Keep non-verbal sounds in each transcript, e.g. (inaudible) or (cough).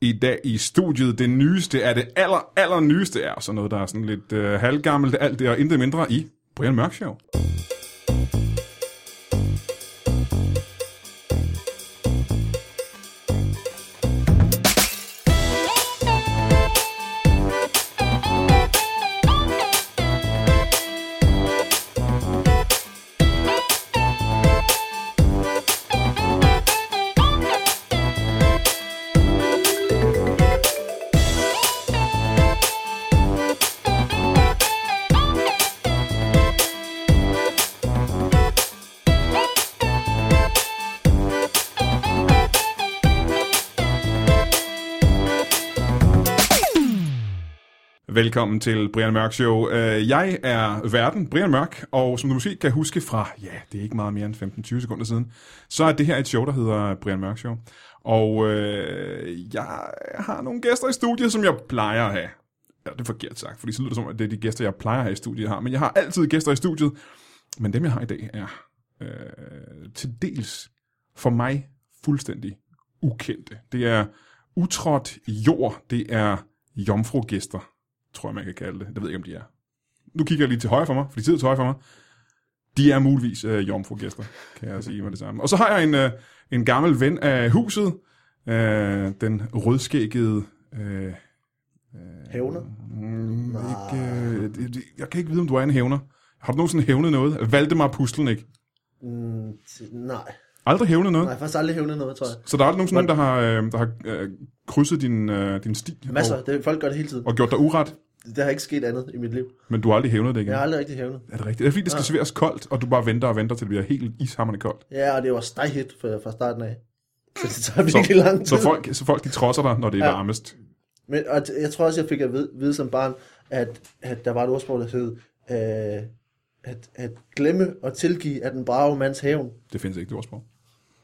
i dag i studiet. Det nyeste er det aller, aller nyeste er sådan noget, der er sådan lidt øh, halvgammelt. Alt det og intet mindre i Brian Mørk Show. Velkommen til Brian Mørk Show. Øh, Jeg er verden, Brian Mørk, og som du måske kan huske fra, ja, det er ikke meget mere end 15-20 sekunder siden, så er det her et show, der hedder Brian Mørk Show. Og øh, jeg har nogle gæster i studiet, som jeg plejer at have. Ja, det er forkert sagt, fordi så lyder det som, at det er de gæster, jeg plejer at have i studiet, jeg har. Men jeg har altid gæster i studiet, men dem, jeg har i dag, er øh, til dels for mig fuldstændig ukendte. Det er utrådt jord, det er jomfrugæster, tror jeg, man kan kalde det. Jeg ved ikke, om de er. Nu kigger jeg lige til højre for mig, for de sidder til højre for mig. De er muligvis øh, jomfrugæster, kan jeg sige mig det samme. Og så har jeg en, øh, en gammel ven af huset, øh, den rødskæggede... Øh, Hævner? mm, ikke, øh, det- det- jeg kan ikke vide, om du er en hævner. Har du nogensinde hævnet noget? Valgte mig puslen ikke? Mm, t- nej. Aldrig hævnet noget? Nej, jeg har faktisk aldrig hævnet noget, tror jeg. Så der er aldrig nogensinde nogen, der har, øh, der har øh, krydset din, øh, din sti Masser. og, Det, folk gør det hele tiden. og gjort dig uret, Det har ikke sket andet i mit liv. men du har aldrig hævnet det igen? Jeg har aldrig rigtig hævnet. Er det rigtigt? Det er fordi, det skal serveres koldt, og du bare venter og venter, til det bliver helt ishammerende koldt. Ja, og det var steghit fra, fra starten af. (laughs) Så det tager virkelig lang tid. Så folk, så folk de trodser dig, når det er ja. Ja. varmest. Men, og t- jeg tror også, jeg fik at vide, vide som barn, at, at der var et ordsprog, der hed, øh, at, at glemme og tilgive er den brave mands hævn. Det findes ikke, det ordsprog.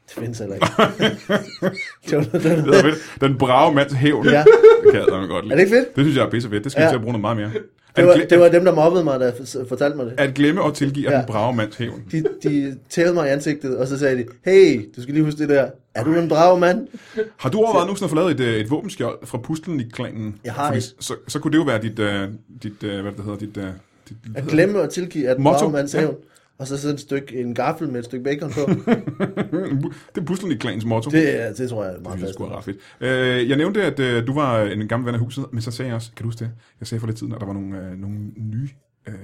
Det findes heller (laughs) ikke. (laughs) det var, det Det er var, fedt. Den brave mands hævn. Ja. Det kan jeg da godt lide. Er det ikke fedt? Det synes jeg er pissefedt. Det skal ja. vi Ja. til at bruge noget meget mere. At, det, var, gle- det var dem, der mobbede mig, der f- fortalte mig det. at glemme og tilgive ja. Ja. den brave mands hævn. De, de tævede mig i ansigtet, og så sagde de, hey, du skal lige huske det der. Er du en brave mand? Har du overvejet nogensinde at få lavet et, øh, et våbenskjold fra puslen i klanen? Jeg har ikke. så, så kunne det jo være dit, uh, dit uh, hvad det hedder, dit, uh, dit hvad At hedder glemme og tilgive, at Motto, bagmands ja. hævn. Og så sådan et stykke, en gaffel med et stykke bacon på. det? det er puslen i klanens motto. Det, det, er- det tror jeg er meget det er fast. sgu ret fedt. Uh, jeg nævnte, at uh, du var en gammel ven af huset, men så sagde jeg også, kan du huske det? Jeg sagde for lidt siden, at der var nogle, uh, nogle nye uh,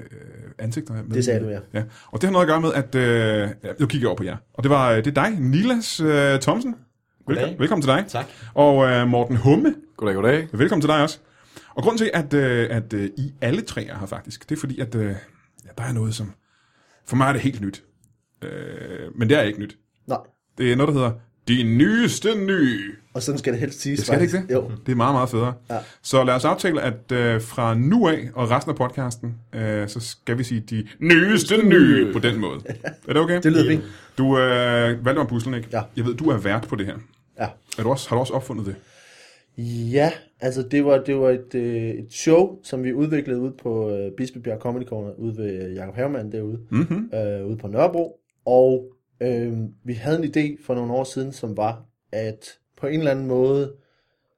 ansigter. Med. Det sagde du, ja. ja. Og det har noget at gøre med, at uh, ja, nu kigger jeg over på jer. Og det var uh, det er dig, Nilas uh, Thomsen. Velkommen, Goddag. velkommen til dig. Tak. Og uh, Morten Humme. Goddag, goddag. Velkommen til dig også. Og grunden til, at, øh, at øh, I alle tre er her faktisk, det er fordi, at øh, ja, der er noget, som... For mig er det helt nyt. Øh, men det er ikke nyt. Nej, Det er noget, der hedder De Nyeste Nye. og sådan skal det helst siges. Jeg skal det ikke faktisk. det? Jo. Det er meget, meget federe. Ja. Så lad os aftale, at øh, fra nu af og resten af podcasten, øh, så skal vi sige De Nyeste Nye på den (laughs) måde. Er det okay? Det lyder fint. Du øh, valgte mig puslen, ikke? Ja. Jeg ved, du er vært på det her. Ja. Er du også, har du også opfundet det? Ja, altså det var, det var et, øh, et show, som vi udviklede ude på øh, Bispebjerg Comedy Corner, ude ved øh, Jacob Hermann derude, Mhm. øh, ude på Nørrebro. Og øh, vi havde en idé for nogle år siden, som var, at på en eller anden måde,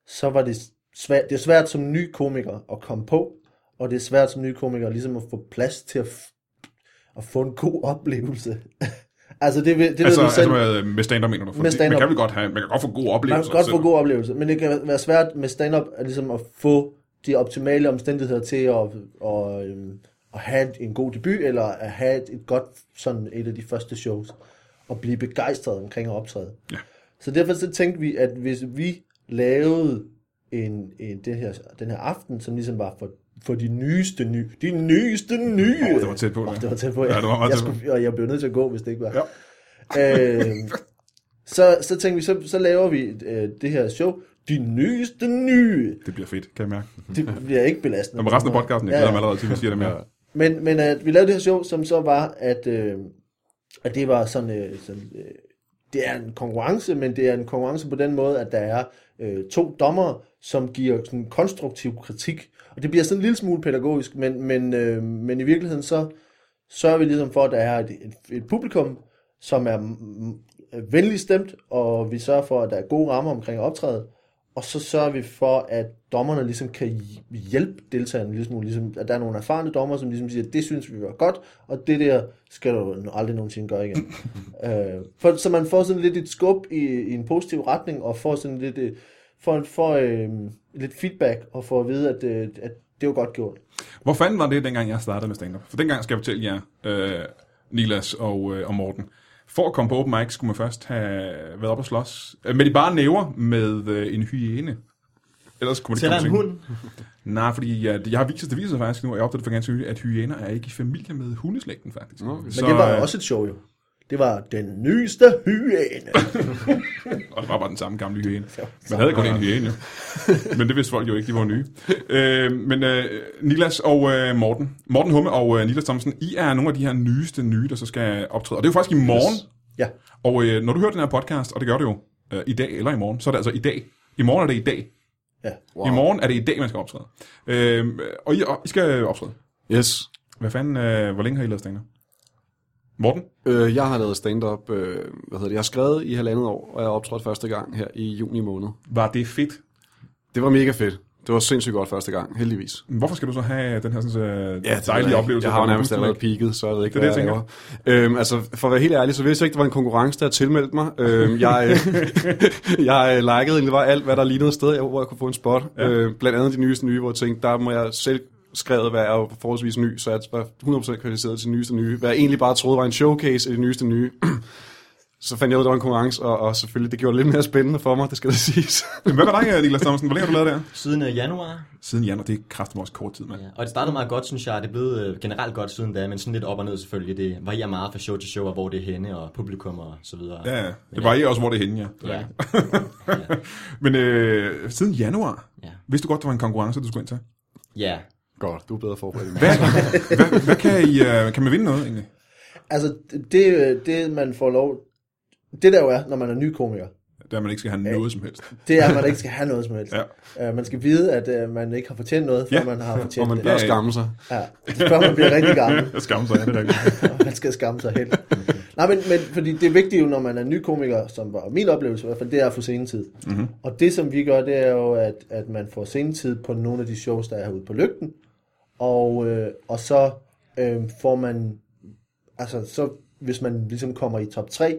så var det svært, det er svært som ny komiker at komme på, og det er svært som ny komiker ligesom at få plads til at, f- at få en god oplevelse. (laughs) altså det, ved- altså, det ved du altså selv. med, med stand-up mener du? Fordi stand-up. Man kan vel godt, have, man kan godt få gode Man oplevelser. kan godt få selvom- gode oplevelser, men det kan være svært med stand-up at, ligesom at få de optimale omstændigheder til at, og, øhm, at have en god debut, eller at have et, et godt, sådan et af de første shows, og blive begejstret omkring at optræde. Ja. Så derfor så tænkte vi, at hvis vi lavede en, en det her, den her aften, som ligesom var for, for de nyeste nye, de nyeste nye. Åh, det var tæt på, Åh, ja. det var tæt på, ja. Ja, det var meget jeg, tæt på. skulle, og jeg blev nødt til at gå, hvis det ikke var. Ja. Øh, så, så tænkte vi, så, så laver vi øh, det her show, de nyeste nye. Det bliver fedt, kan jeg mærke. Det bliver ikke belastende. Nå, men resten af podcasten, jeg Ja, glæder ja. mig allerede til, at vi siger det mere. Men, men at vi lavede det her show, som så var, at, øh, at det var sådan, øh, sådan øh, det er en konkurrence, men det er en konkurrence på den måde, at der er øh, to dommer, som giver sådan konstruktiv kritik. Og det bliver sådan en lille smule pædagogisk, men, men, øh, men i virkeligheden så sørger vi ligesom for, at der er et, et, et publikum, som er mm, venligt stemt, og vi sørger for, at der er gode rammer omkring optrædet, og så sørger vi for, at dommerne ligesom kan hjælpe deltagerne lidt smule. Ligesom, at der er nogle erfarne dommer, som ligesom siger, det synes vi var godt, og det der skal du aldrig nogensinde gøre igen. øh, for, så man får sådan lidt et skub i, i en positiv retning, og får sådan lidt, øh, får, får, øh, lidt feedback, og får at vide, at, øh, at det var godt gjort. Hvor fanden var det, dengang jeg startede med stand-up? For dengang skal jeg fortælle jer, øh, Nilas og, øh, og Morten. For at komme på open mic, skulle man først have været op og slås. Øh, men de bare næver med øh, en hyæne. Ellers kunne man Sætter ikke en komme hund. hund? Nej, fordi ja, det- jeg har vist, det viser sig faktisk nu, og jeg opdagede for ganske nylig, at hyæner er ikke i familie med hundeslægten, faktisk. Okay. Men det var også et show jo. Det var den nyeste hyæne. Og det var bare den samme gamle hyæne. Man havde kun en hyæne, jo. Men det vidste folk jo ikke, de var nye. Øh, men øh, Nilas og øh, Morten, Morten Humme og øh, Nilas Thomsen, I er nogle af de her nyeste nye, der så skal optræde. Og det er jo faktisk i morgen. ja. Og øh, når du hører den her podcast, og det gør det jo øh, i dag eller i morgen, så er det altså i dag. I morgen er det i dag. ja. Wow. I morgen er det i dag, man skal optræde. Øh, og, I, og I skal optræde. Yes. Hvad fanden, øh, hvor længe har I lavet stand Morten? Øh, jeg har lavet stand-up, øh, hvad hedder det, jeg har skrevet i halvandet år, og jeg optrådte første gang her i juni måned. Var det fedt? Det var mega fedt. Det var sindssygt godt første gang, heldigvis. Hvorfor skal du så have den her sådan, øh, Ja, det ved jeg dejlige ikke. oplevelse? Jeg har jo hvor du nærmest pludselig allerede peaked, så jeg ved ikke, Det er det, det, hvad jeg jeg laver. Øhm, altså, for at være helt ærlig, så vidste jeg ikke, det var en konkurrence, der jeg tilmeldte (laughs) mig. Øhm, jeg, øh, (laughs) jeg øh, likede egentlig bare alt, hvad der lignede et sted, jeg- hvor jeg kunne få en spot. Ja. Øh, blandt andet de nyeste nye, hvor jeg tænkte, der må jeg selv skrevet være jo forholdsvis ny, så jeg var 100% kvalificeret til de nyeste nye. Hvad jeg egentlig bare troede var en showcase af de nyeste nye. (clears throat) så fandt jeg ud af, at det var en konkurrence, og, og selvfølgelig, det gjorde det lidt mere spændende for mig, det skal der siges. (laughs) Hvad med dig, øh, Niklas Thomsen? Hvor længe har du lavet det her? Siden øh, januar. Siden januar, det er kraftigt også kort tid, mand. Ja. Og det startede meget godt, synes jeg. Det er blevet øh, generelt godt siden da, men sådan lidt op og ned selvfølgelig. Det varierer meget fra show til show, og hvor det er henne, og publikum og så videre. Ja, ja. det var I også, hvor det er henne, ja. ja. Men øh, siden januar, Ja. vidste du godt, der var en konkurrence, du skulle ind (laughs) til? ja. godt, du er bedre forberedt. end mig. Hvad, hvad, hvad kan, I, øh, kan man vinde noget, egentlig? Altså, det, øh, det man får lov... Det der jo er, når man er ny komiker, Der man ikke skal have noget som helst. det er, at man ikke skal have noget som helst. Ja. Øh, man skal vide, at øh, man ikke har fortjent noget, før Ja. ja. man har Og fortjent man det. bør skamme sig. Ja, før man bliver rigtig gammel. Jeg skammer sig, ja, det er rigtigt. og (laughs) man skal skamme sig helt. Nej, men, men fordi det vigtige jo, når man er ny komiker, som var min oplevelse i hvert fald, det er at få scenetid. Mm-hmm. Og det, som vi gør, det er jo, at, at man får scenetid på nogle af de shows, der er herude på lygten. Og, øh, og så øh, får man, altså så, hvis man ligesom kommer i top 3,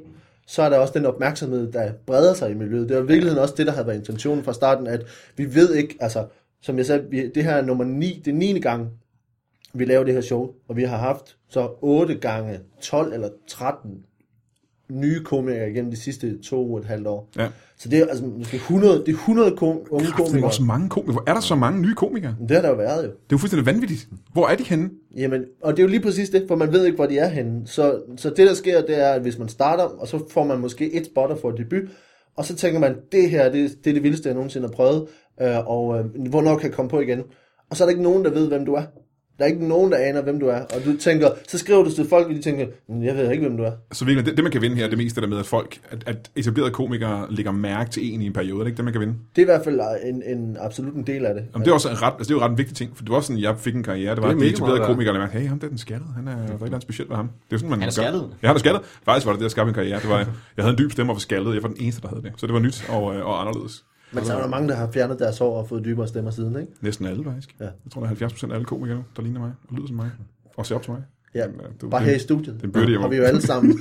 så er der også den opmærksomhed, der breder sig i miljøet. Det var i virkeligheden også det, der havde været intentionen fra starten, at vi ved ikke, altså som jeg sagde, vi, det her er nummer 9, det er 9. gang, vi laver det her show, og vi har haft så 8 gange 12 eller 13 nye komikere igennem de sidste to og et halvt år. Ja. Så det er altså måske 100, det er 100 kom, unge Der er komikere. også mange komikere. Hvor er der så mange nye komikere? Men Det har der jo været jo. Det er jo fuldstændig vanvittigt. Hvor er de henne? Jamen, og det er jo lige præcis det, for man ved ikke, hvor de er henne. Så, så det, der sker, det er, at hvis man starter, og så får man måske et spot og får debut, og så tænker man, det her, det, det er det vildeste, jeg nogensinde har prøvet, øh, og øh, hvornår kan jeg komme på igen? Og så er der ikke nogen, der ved, hvem du er. Der er ikke nogen, der aner, hvem du er. Og du tænker, så skriver du til folk, og de tænker, "Men jeg ved ikke, hvem du er. Så Altså, virkelig, det, det, man kan vinde her, det meste der med, at folk, at, at etablerede komikere lægger mærke til en i en periode. Er det ikke det, man kan vinde? Det er i hvert fald øh, en, en absolut en del af det. Jamen, det er også en ret, altså, det er jo ret en vigtig ting, for det var også sådan, jeg fik en karriere. Det var, Det er at de mega etablerede meget værd. komikere, der mærkede, hey, ham der er den skattede. Han er, der er et eller andet specielt ved ham. Det er sådan, man Han gør. er skaldet. Ja, han er skaldet. Faktisk var det det, der skabte en karriere. Det var, jeg havde en dyb stemme og var skaldet. Jeg var den eneste, der havde det. Så det var nyt og, øh, og anderledes. Men så er der mange, der har fjernet deres hår og fået dybere stemmer siden, ikke? Næsten alle, faktisk. Ja. Jeg tror, der er 70 procent af alle komikere, nu, der ligner mig og lyder som mig. Og ser op til mig. Ja, Men, øh, det er jo bare det- her i studiet. den byrde, jeg må- har vi jo alle sammen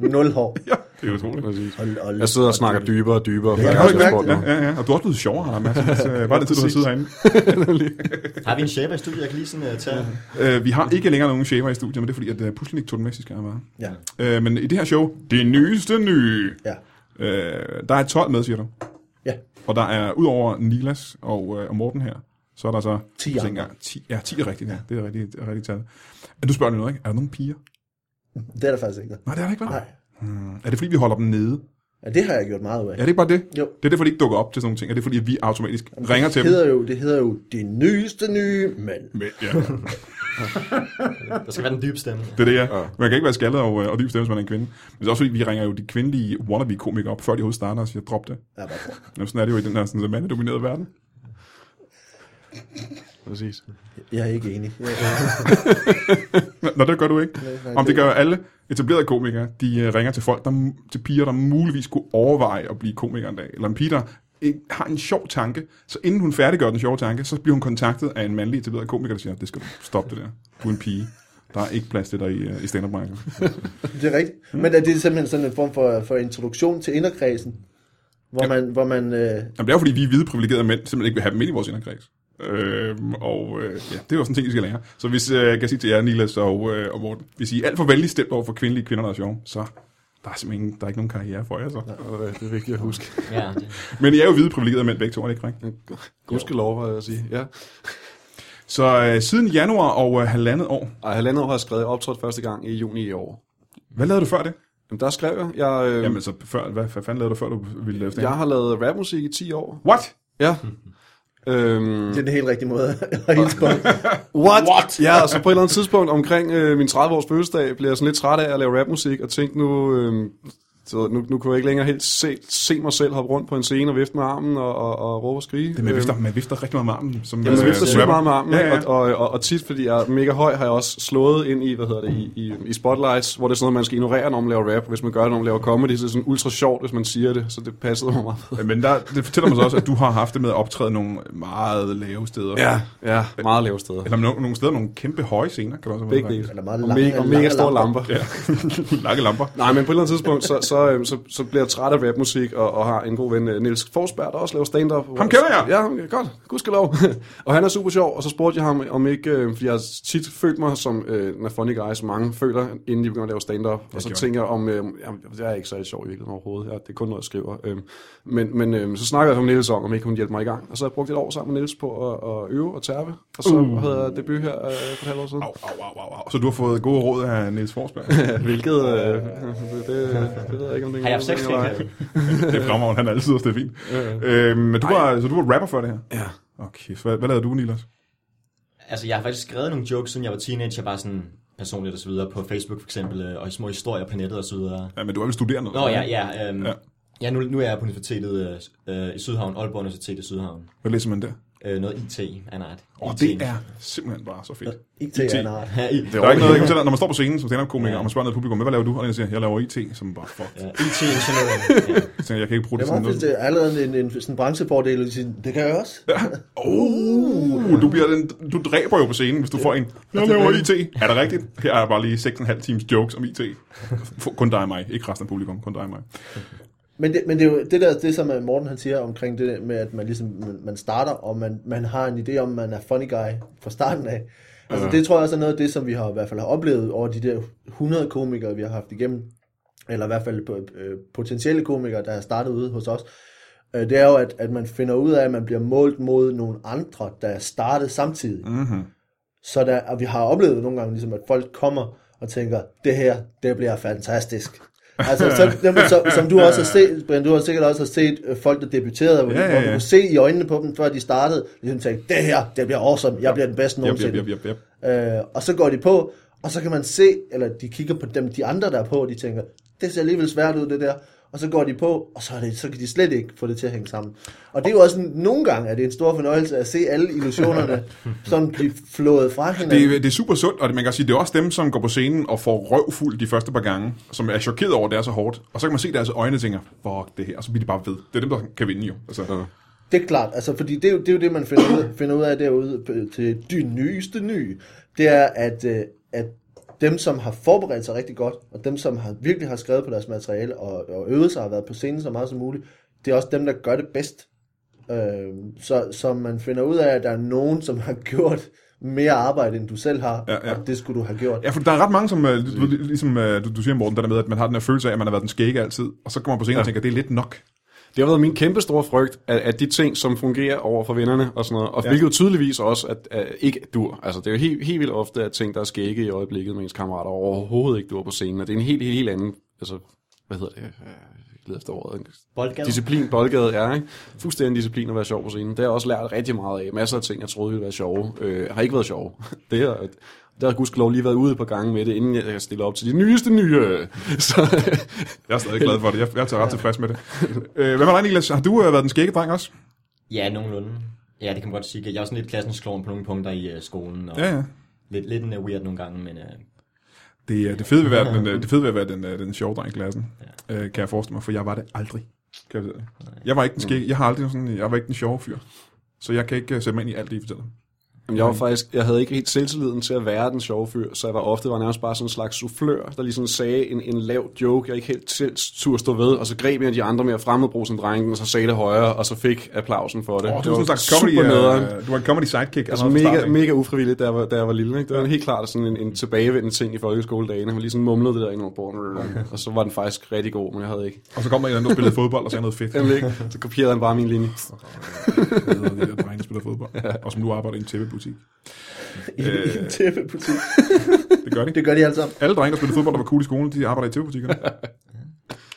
nul hår. Ja, det er utroligt. Og, og, Jeg sidder og snakker dybere og dybere. Ja, for har du ikke jeg mærket? Ja, ja, ja. Og du er også blevet sjovere, Mads. Altså, bare den tid, du har siddet herinde. Har vi en shaver i studiet, jeg kan lige sådan uh, tage? (laughs) Øh, vi har ikke længere nogen shaver i studiet, men det er fordi, at uh, Puslenik tog den med sidste gang, jeg var. Ja, her. Øh, men i det her show, det nyeste nye, ja, øh, der er 12 med, siger du. ja. Og der er, udover Nilas og, øh, og Morten her, så er der så... 10 Jeg andre. tænker, 10, ja, 10 er rigtigt, ja. Det er rigtigt, det er rigtigt tal. Men du spørger nu ikke, er der nogen piger? Det er der faktisk ikke. Nej, det er der ikke, vel? Nej. Hmm. Er det fordi, vi holder dem nede? Ja, det har jeg gjort meget ud af. Er det ikke bare det? Jo. Det er derfor, de ikke dukker op til sådan nogle ting. Er det fordi, at vi automatisk Jamen, ringer til det dem? hedder jo, det hedder jo det nyeste nye, men Men, ja, Der skal være den dybe stemme. det er det, ja. Man kan ikke være skaldet og, øh, og dyb stemme, hvis man er en kvinde. Men det er også fordi, vi ringer jo de kvindelige wannabe-komikere op, før de overhovedet starter og siger, drop det. ja, bare prøv. Jamen, sådan er det jo i den her sådan, så mandedominerede verden. Præcis. jeg er ikke enig. Jeg, Nå, det gør du ikke. nej, Om det gør alle etablerede komikere, de øh, ringer til folk, der, til piger, der muligvis kunne overveje at blive komikere en dag. Eller en pige, der ikke- har en sjov tanke, så inden hun færdiggør den sjove tanke, så bliver hun kontaktet af en mandlig etableret komiker, der siger, det skal du stoppe det der. Du er en pige. Der er ikke plads til dig i, øh, i stand up (laughs) Det er rigtigt. Men er det simpelthen sådan en form for, for introduktion til inderkredsen? Hvor man, hvor man øh, Jamen, det er jo fordi, vi er hvide privilegerede mænd simpelthen ikke vil have dem ind i vores inderkreds. Øhm, og øh, ja, det er jo sådan en ting, I skal lære. Så hvis øh, jeg kan sige til jer, Niklas og, øh, og Morten, hvis I er alt for venligt stemt over for kvindelige kvinder, der er sjove, så der er simpelthen ingen, der er ikke nogen karriere for jer. Så. Og, øh, det er vigtigt at huske. Ja, det, Men I er jo hvide privilegerede mænd begge to, er det ikke rigtigt? Gudske lov, vil jeg sige. Ja. Så øh, siden januar og øh, halvandet år, Ej, halvandet år har jeg skrevet optrådt første gang i juni i år. hvad lavede du før det? Jamen, der skrev jeg. Jeg, øh, Jamen så før, hvad, hvad fanden lavede du før, du ville lave stand jeg har lavet rapmusik i 10 år. What? (laughs) Ja. øhm, det er den helt rigtige måde at hilse (laughs) på. What? What? Ja, så på et eller andet tidspunkt omkring øh, min 30-års fødselsdag, blev jeg sådan lidt træt af at lave rapmusik, og tænkte nu, øh, så nu, nu kunne jeg ikke længere helt se, se mig selv hoppe rundt på en scene og vifte med armen og, og, og råbe og skrige. Øhm, Det, man, vifter, man vifter rigtig meget med armen. Som, øh, Jamen, Altså, jeg vifter sygt rapper. meget med armen, Ja, ja. Og, og, og, og tit, fordi jeg er mega høj, har jeg også slået ind i, hvad hedder det, i, i, i spotlights, hvor det er sådan noget, man skal ignorere, når man laver rap. Hvis man gør det, når man laver comedy, så er det sådan ultra sjovt, hvis man siger det, så det passede mig meget. Men der, det fortæller mig så også, at du har haft det med at optræde nogle meget lave steder. ja, meget lave steder. Eller nogle, nogle steder, nogle kæmpe høje scener, kan det også Begge være. dele. Eller Og, meget me- lange- og lange mega store lamper. lamper. Ja. (laughs) Lange lamper. Nej, men på et eller andet tidspunkt, så, så, øhm, så, så bliver jeg træt af rapmusik, og, og har en god ven, øh, Niels Forsberg, der også laver stand-up. Ham kender jeg! Ja, ham- godt. Gudskelov. (laughs) og han er super sjov, og så spurgte jeg ham, om ikke, øh, fordi jeg har tit følt mig som, øh, når funny guys mange føler, inden de begynder at lave stand-up. Og så gjorde tænker jeg om, øh, jamen, jeg er ikke særlig sjov i virkeligheden overhovedet, jeg, det er kun noget, jeg skriver. Øh, men men øh, så snakkede jeg med Niels om, om ikke hun hjælper mig i gang. Og så har jeg brugt et år sammen med Niels på at, at øve og tærpe, og så uh. havde jeg debut her øh, for et halvt år siden. Au, au, au, au, au. Så du har fået gode råd af Niels Forsberg. (laughs) Hvilket, øh, (laughs) det, det, det ved jeg ikke, om det er har jeg haft sex det er- skæg? det er fremragende, han er altid også, det er fint. Øh, men du var, så du var rapper før det her? Ja. Okay, så hvad, hvad lavede du, Niklas? Altså, jeg har faktisk skrevet nogle jokes, siden jeg var teenager, bare sådan personligt og så videre, på Facebook for eksempel, øh, og i små historier på nettet og så videre. Ja, men du er vel studerende? Nå, ja, ja. Øhm, Ja. ja. ja nu, nu er jeg på universitetet øh, øh, i Sydhavn, Aalborg Universitet i Sydhavn. Hvad læser man der? Øh, noget IT af en art. Og IT. det er simpelthen bare så fedt. Ikke til IT. jer, nej. Ja, I, det Der er ikke noget, jeg kan fortælle dig, når man står på scenen som stand-up-komiker, Ja. og man spørger noget publikum, hvad laver du? Og den siger, jeg laver IT, som bare, fuck. Ja, IT-ingeniøren. ja. Jeg tænker, jeg kan ikke bruge det Jeg til var noget. faktisk øh, allerede en, en, sådan en branchefordel, og de siger, det kan jeg også. Uh, du, bliver den, du dræber jo på scenen, hvis du får en, jeg laver IT. Er det rigtigt? Her er bare lige 6,5 times jokes om IT. F- Kun dig og mig, ikke resten af publikum, kun dig og mig. Men det, men det er jo det, der, det som øh, Morten han siger omkring det der med, at man, ligesom, man- man starter, og man, man har en idé om, at man er funny guy fra starten af. Altså det tror jeg også er noget af det, som vi har i hvert fald har oplevet over de der 100 komikere, vi har haft igennem. Eller i hvert fald på, øh, potentielle komikere, der har startet ude hos os. Øh, det er jo, at, at man finder ud af, at man bliver målt mod nogle andre, der er startet samtidig. Mm-hmm. Så der, og vi har oplevet nogle gange, ligesom, at folk kommer og tænker, det her, det bliver fantastisk. Altså, så, jamen, så, som du også har set, Brian, du har sikkert også har set øh, folk, der debuterede, hvor, Ja, ja, ja, ja, hvor ja. du kunne se i øjnene på dem, før de startede, ligesom tænkte, det her, det bliver awesome, jeg bliver den bedste Yep, nogensinde. yep, yep, yep. Øh, og så går de på, og så kan man se, eller de kigger på dem, de andre, der er på, og de tænker, det ser alligevel svært ud, det der. Og så går de på, og så, er det, så kan de slet ikke få det til at hænge sammen. Og det er jo også, en- nogle gange er det en stor fornøjelse at se alle illusionerne sådan blive flået fra hinanden. Øh, Det, er- det er super sundt, og det, man kan sige, det er også dem, som går på scenen og får røvfuld de første par gange, som er chokeret over, at det er så hårdt. Og så kan man se deres øjne og tænker, fuck det her, og så bliver de bare ved. Det er dem, der kan vinde jo. Altså, Det er klart, altså, fordi det er, jo, det er jo det, man finder ud, finder ud af derude øh, til de nyeste nye. Det er, at, øh, at dem, som har forberedt sig rigtig godt, og dem, som har, virkelig har skrevet på deres materiale og, og øvet sig og været på scenen så meget som muligt, det er også dem, der gør det bedst. Øh, så, så man finder ud af, at der er nogen, som har (laughs) gjort mere arbejde, end du selv har, Ja, ja. og det skulle du have gjort. Ja, for der er ret mange, som, øh, du- du- ligesom øh, du, du siger, Morten, der der med, at man har den her følelse af, at man har været den skægge altid, og så kommer man på scenen ja. og tænker, det er lidt nok. Det har været min kæmpe store frygt, at, at de ting, som fungerer over for vennerne og sådan noget, og ja. hvilket jo tydeligvis også at, at ikke dur. Altså, det er jo helt, helt vildt ofte, at ting, der er skægge i øjeblikket med ens kammerater, overhovedet ikke dur på scenen, og det er en helt, helt, helt anden, altså, hvad hedder det, Øh, jeg leder efter ordet, Boldgade. disciplin, boldgade, ja, ikke? Fuldstændig disciplin at være sjov på scenen. Det har jeg også lært rigtig meget af. Masser af ting, jeg troede ville være sjove, øh, har ikke været sjove. (laughs) Det her, der har gudskelov lige været ude et par gange med det, inden jeg stiller op til de nyeste nye. (laughs) Så, Jeg er stadig glad for det. Jeg, jeg er til- ret tilfreds med det. Øh, hvad med dig, Niklas? Har du øh, været den skægge dreng også? Ja, nogenlunde. Ja, det kan man godt sige. Jeg er også sådan lidt klassens klovn på nogle punkter i øh, skolen, og Ja, ja. lidt, lidt en, øh, weird nogle gange, men øh, øh, Det, er- det fede ved at være den, øh, det fede ved at være den, øh, den sjove dreng i klassen, øh, kan jeg forestille mig, for jeg var det aldrig. Kan jeg, vide. jeg var ikke den skæg, jeg har aldrig sådan, jeg var ikke den sjove fyr. Så jeg kan ikke øh, sætte mig ind i alt det, I fortæller. Jamen, Mm. jeg var faktisk, jeg havde ikke helt selvtilliden til at være den sjove fyr, så jeg var ofte var nærmest bare sådan en slags soufflør, der ligesom sagde en, en lav joke, jeg ikke helt selv turde stå ved, og så greb jeg de andre med at fremmedbruge som drengen, og så sagde det højere, og så fik applausen for det. Åh, oh, du det er sådan en slags comedy, super nederen. øh, du var en comedy sidekick. Altså allerede fra mega, starten, Mm. ikke? mega ufrivilligt, da jeg var, da jeg var lille. Ikke? Det var en helt klart sådan en, en tilbagevendende ting i folkeskoledagene. Man lige sådan mumlede det der ind over bordet, og så var den faktisk rigtig god, men jeg havde ikke. Og så kom der en eller anden, der spillede fodbold og sagde noget (laughs) fedt. Nemlig ikke. Så kopierede han bare min linje. Jeg ved, det er der drenge, der spiller fodbold. Og som nu arbejder i en tæppebutik. I, i Øh. en tæppebutik. Det gør de. Det gør de altså. alle sammen. Alle drenge, der spillede fodbold, der var cool i skolen, de arbejder i tæppebutikkerne.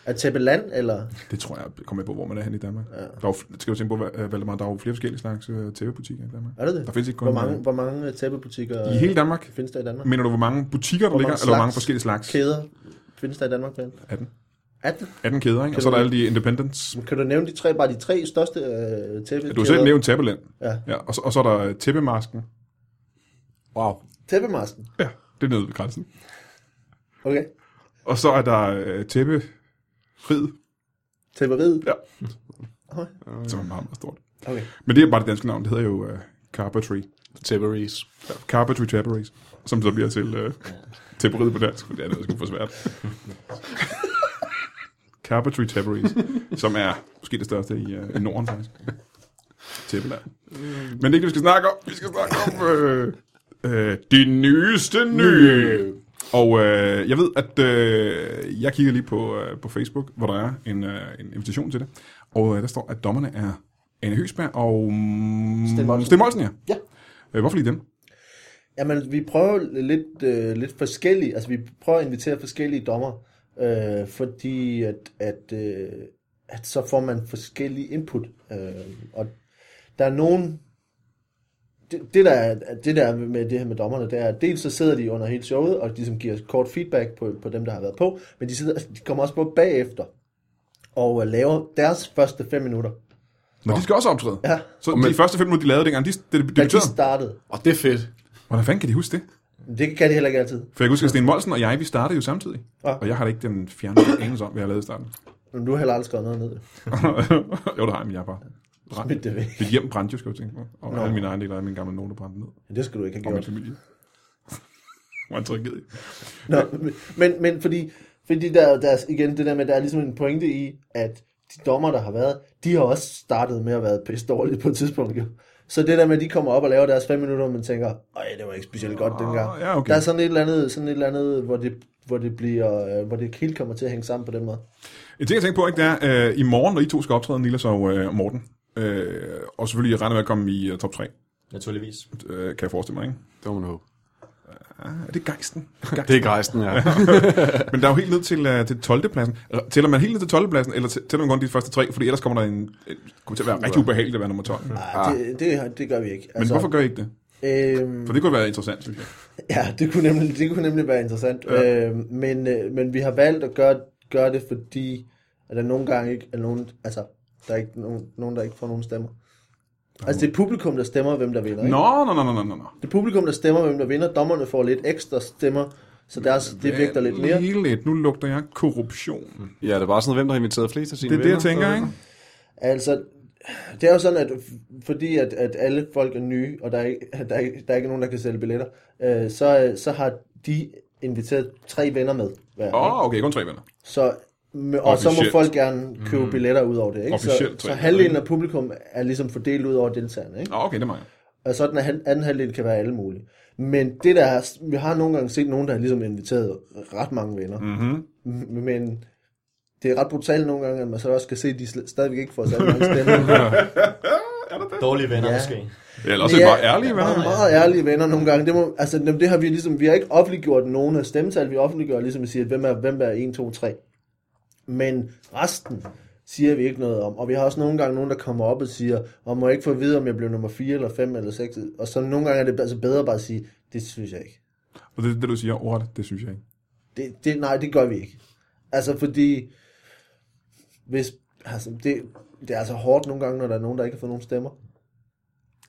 Er tæppe land, eller? Det tror jeg kommer med på, hvor man er henne i Danmark. Ja. Der er jo, skal du tænke på, hvad- øh, Valdemar, der er jo flere forskellige slags øh, tæppebutikker i Danmark. Er det det? Der findes ikke kun... Hvor mange, hvor mange øh, tæppebutikker I hele Danmark? findes der i Danmark? Mener du, hvor mange butikker, der Hvor ligger, mange eller hvor mange slags? forskellige slags? Kæder findes der i Danmark? Ben? 18. 18? 18 kæder, ikke? Og så er der alle de independents. Kan du nævne de tre, bare de tre største øh, tæppe? Du har selv nævnt Tabbeland. Ja. ja og, så, og så er der øh, tæppemasken. Wow. Tæppemasten. Ja, det er nede ved grænsen. Okay. Og så er der øh, tæppe rid, Tæpperiet. Ja. Okay. som er meget, meget stort. okay. Men det er bare det danske navn. Det hedder jo øh, Carpentry. Tibberies. Carpentry Tapperies, som så bliver til øh, tæpperiet på dansk, men det er noget sgu for svært. Carpentry Tapperies, som er måske det største i, øh, i Norden faktisk. Tæppeland. Men det er ikke det, vi skal snakke om. Vi skal snakke om øh, øh, de nyeste nye. Og øh, jeg ved, at øh, jeg kigger lige på, øh, på Facebook, hvor der er en, øh, en invitation til det. Og øh, der står, at dommerne er Anne Høsberg og mm, Sten Molsen. Sten Molsen ja. Ja. Øh, hvorfor lige dem? Jamen, vi prøver lidt, øh, lidt forskellige, altså vi prøver at invitere forskellige dommer, øh, fordi at, at, øh, at så får man forskellige input. Øh, og der er nogen, det, det, der er, det der er med det her med dommerne, det er, at dels så sidder de under hele showet, og de som giver kort feedback på, på dem, der har været på, men de, sidder, de kommer også på bagefter og øh, laver deres første fem minutter. Nå, de skal også optræde. Ja, Så men, de første fem minutter, de lavede dengang, de, det, det, det da de betyder... startede. Og det er fedt. Hvordan fanden kan de huske det? Det kan de heller ikke altid. For jeg kan huske, at Sten Molsen og jeg, vi startede jo samtidig. Ja. Og jeg har da ikke den fjerneste anelse om, hvad jeg lavede i starten. (laughs) Men du har heller aldrig skrevet noget ned. (laughs) jo, det har jeg, men jeg er bare... Smid det væk. Mit hjem brændte jo, skal jeg tænke på. Og alle mine egne deler af min gamle note brændte ned. Men Det skulle du ikke Og have min gjort. familie. (laughs) Det var en tragedie. Nå, men, men fordi, fordi der, der, er- igen, det der med, der er ligesom en pointe i, at de dommer, der har været, de har også startet med at være pisse dårlige på et tidspunkt. Jo. Så det der med, at de kommer op og laver deres fem minutter, og man tænker, ej, det var ikke specielt godt dengang. ja, okay. Der er sådan et eller andet, sådan et eller andet hvor, det, hvor, det bliver, øh, hvor det helt kommer til at hænge sammen på den måde. En ting, jeg tænker på, ikke, det er, øh, i morgen, når I to skal optræde, Niklas og øh, Morten, øh, og selvfølgelig, jeg regner med at komme i uh, top 3, Naturligvis. øh, kan jeg forestille mig, ikke? Det må man håbe. Er det gejsten? Det er gejsten, ja. (laughs) Men der er jo helt ned til, uh, til 12. pladsen. Eller, Tæller man helt ned til 12. pladsen, eller tæ- tæller man kun de første tre? Fordi ellers kommer der en, en kommer til at være rigtig ubehageligt at være nummer 12. Men Ej, det, det, det gør vi ikke. altså, Ah. hvorfor gør I ikke det? Øhm, For det kunne være interessant, synes jeg. Ja, det kunne nemlig, det kunne nemlig være interessant. Ja. Øh, men, øh, men vi har valgt at gøre, gøre det, fordi at der nogle gange ikke er nogen, altså, der er ikke nogen, nogen der ikke får nogen stemmer. Altså, det er publikum, der stemmer, hvem der vinder. Ikke? Nå, nå, nå, nå, nå, nå, nå. Det er publikum, der stemmer, hvem der vinder. Dommerne får lidt ekstra stemmer, så deres, det vægter lidt mere. Lige lidt. Nu lugter jeg korruption. ja, det er bare sådan noget, hvem der har inviteret flest af sine Det er det, jeg venner. tænker, ikke? Altså, det er jo sådan, at f- fordi at, at alle folk er nye, og der er, ikke, der, er, ikke- der er ikke nogen, der kan sælge billetter, øh, så, øh, så har de inviteret tre venner med. Hver, ikke? Åh, oh, okay, kun tre venner. Så, med- og så må Officielt. Mm. folk gerne købe billetter ud over det. Ikke? Så, Officielt så træning, halvdelen ikke? af publikum er ligesom fordelt ud over deltagerne. Ikke? Nå, okay, det er mig. Og så den hal- anden halvdel kan være alle mulige. Men det der, er- vi har nogle gange set nogen, der har ligesom inviteret ret mange venner. Mm-hmm. Mm. Men det er ret brutalt nogle gange, at man så også kan se, at de sl- stadigvæk ikke får særlig mange (laughs) stemmer. Dårlige venner Ja. ja. måske. Eller også er Ja, det bare ærlige venner. Meget, meget ærlige venner nogle gange. Det, må, altså, jamen, det har vi ligesom, vi har ikke offentliggjort nogen af stemmetal, vi offentliggør ligesom at sige, at hvem er, hvem er 1, 2, 3. Men resten siger vi ikke noget om. Og vi har også nogle gange nogen, der kommer op og siger, og må jeg ikke få at vide, om jeg blev nummer 4 eller 5 eller 6. Og så nogle gange er det altså bedre bare at sige, det synes jeg ikke. Og det, er det du siger, ordet, det synes jeg ikke. Det, det, nej, det gør vi ikke. Altså fordi, hvis, altså, det, det er altså hårdt nogle gange, når der er nogen, der ikke har fået nogen stemmer.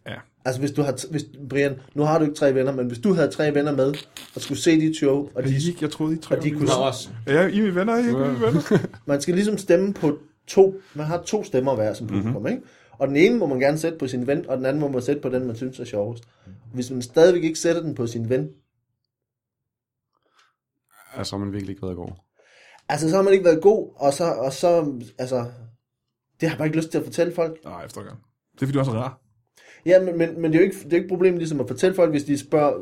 Ja. Altså hvis du har, t- hvis, Brian, nu har du ikke tre venner, men hvis du havde tre venner med, og skulle se dit show, og Er de, I ikke, jeg troede, I er tre. og de var kunne, Nå, også. mine. Ja, I er mine venner, I er ikke mine venner. man skal ligesom stemme på, to, man har to stemmer hver som publikum, mm-hmm. ikke? Og den ene må man gerne sætte på sin ven, og den anden må man sætte på den, man synes er sjovest. Hvis man stadigvæk ikke sætter den på sin ven, Altså, man virkelig ikke været god. altså så har man ikke været god, og så, og så altså, det har jeg bare ikke lyst til at fortælle folk. Nej, jeg forstår godt. Det er fordi, du er så rar. Ja, men, men, men det er jo ikke, det er jo ikke problemet ligesom at fortælle folk, hvis de spørger,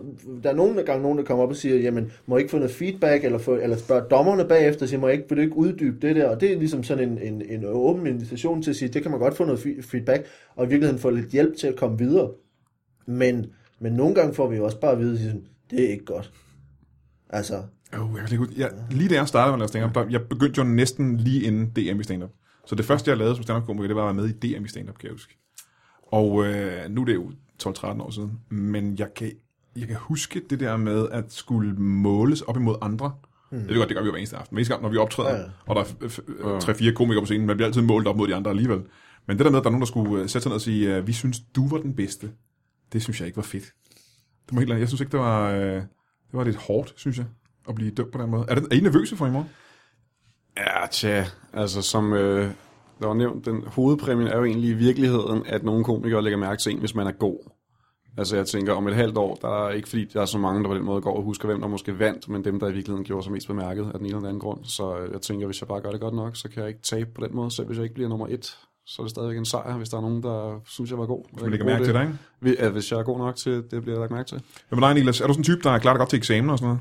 der er nogen der gange nogen, der kommer op og siger, jamen, må jeg ikke få noget feedback, eller, få, eller spørger dommerne bagefter, siger, må jeg ikke, vil du ikke uddybe det der, og det er ligesom sådan en, en, en åben invitation til at sige, det kan man godt få noget fe- feedback, og i virkeligheden få lidt hjælp til at komme videre. Men, men nogle gange får vi jo også bare at vide, sådan, det er ikke godt. Altså, Oh, jeg kan slet ikke huske- jeg, lige da jeg startede med at lave stand-up, der, jeg begyndte jo næsten lige inden DM i stand-up. Så det første, jeg lavede som stand-up komiker, det var at være med i DM i stand-up, kan jeg huske. Og øh, nu er det jo 12-13 år siden, men jeg kan, jeg kan huske det der med at skulle måles op imod andre. Mm. Det, godt, det gør vi jo hver eneste aften. Hver eneste gang, når vi optræder, ja. og der er f- f- tre-fire komikere på scenen, man bliver altid målt op mod de andre alligevel. Men det der med, at der er nogen, der skulle øh, sætte sig ned og sige, øh, vi synes, du var den bedste, det synes jeg ikke var fedt. Det var helt andet. Jeg synes ikke, det var, øh, det var lidt hårdt, synes jeg, at blive dømt på den måde. Er, det, er I nervøse for i morgen? Ja, tja. Altså, som øh, der var nævnt, den hovedpræmien er jo egentlig i virkeligheden, at nogle komikere lægger mærke til en, hvis man er god. Altså, jeg tænker, om et halvt år, der er ikke fordi, der er så mange, der på den måde går og husker, hvem der måske vandt, men dem, der i virkeligheden gjorde sig mest bemærket af den ene eller den anden grund. Så øh, jeg tænker, hvis jeg bare gør det godt nok, så kan jeg ikke tabe på den måde, selv hvis jeg ikke bliver nummer et. Så er det stadigvæk en sejr, hvis der er nogen, der synes, jeg var god. Hvis Du lægger mærke til dig, ikke? det. Ja, hvis jeg er god nok til det, bliver jeg lagt mærke til. Hvad med dig, Niklas? Er du sådan en type, der klarer dig godt til eksamener og sådan noget?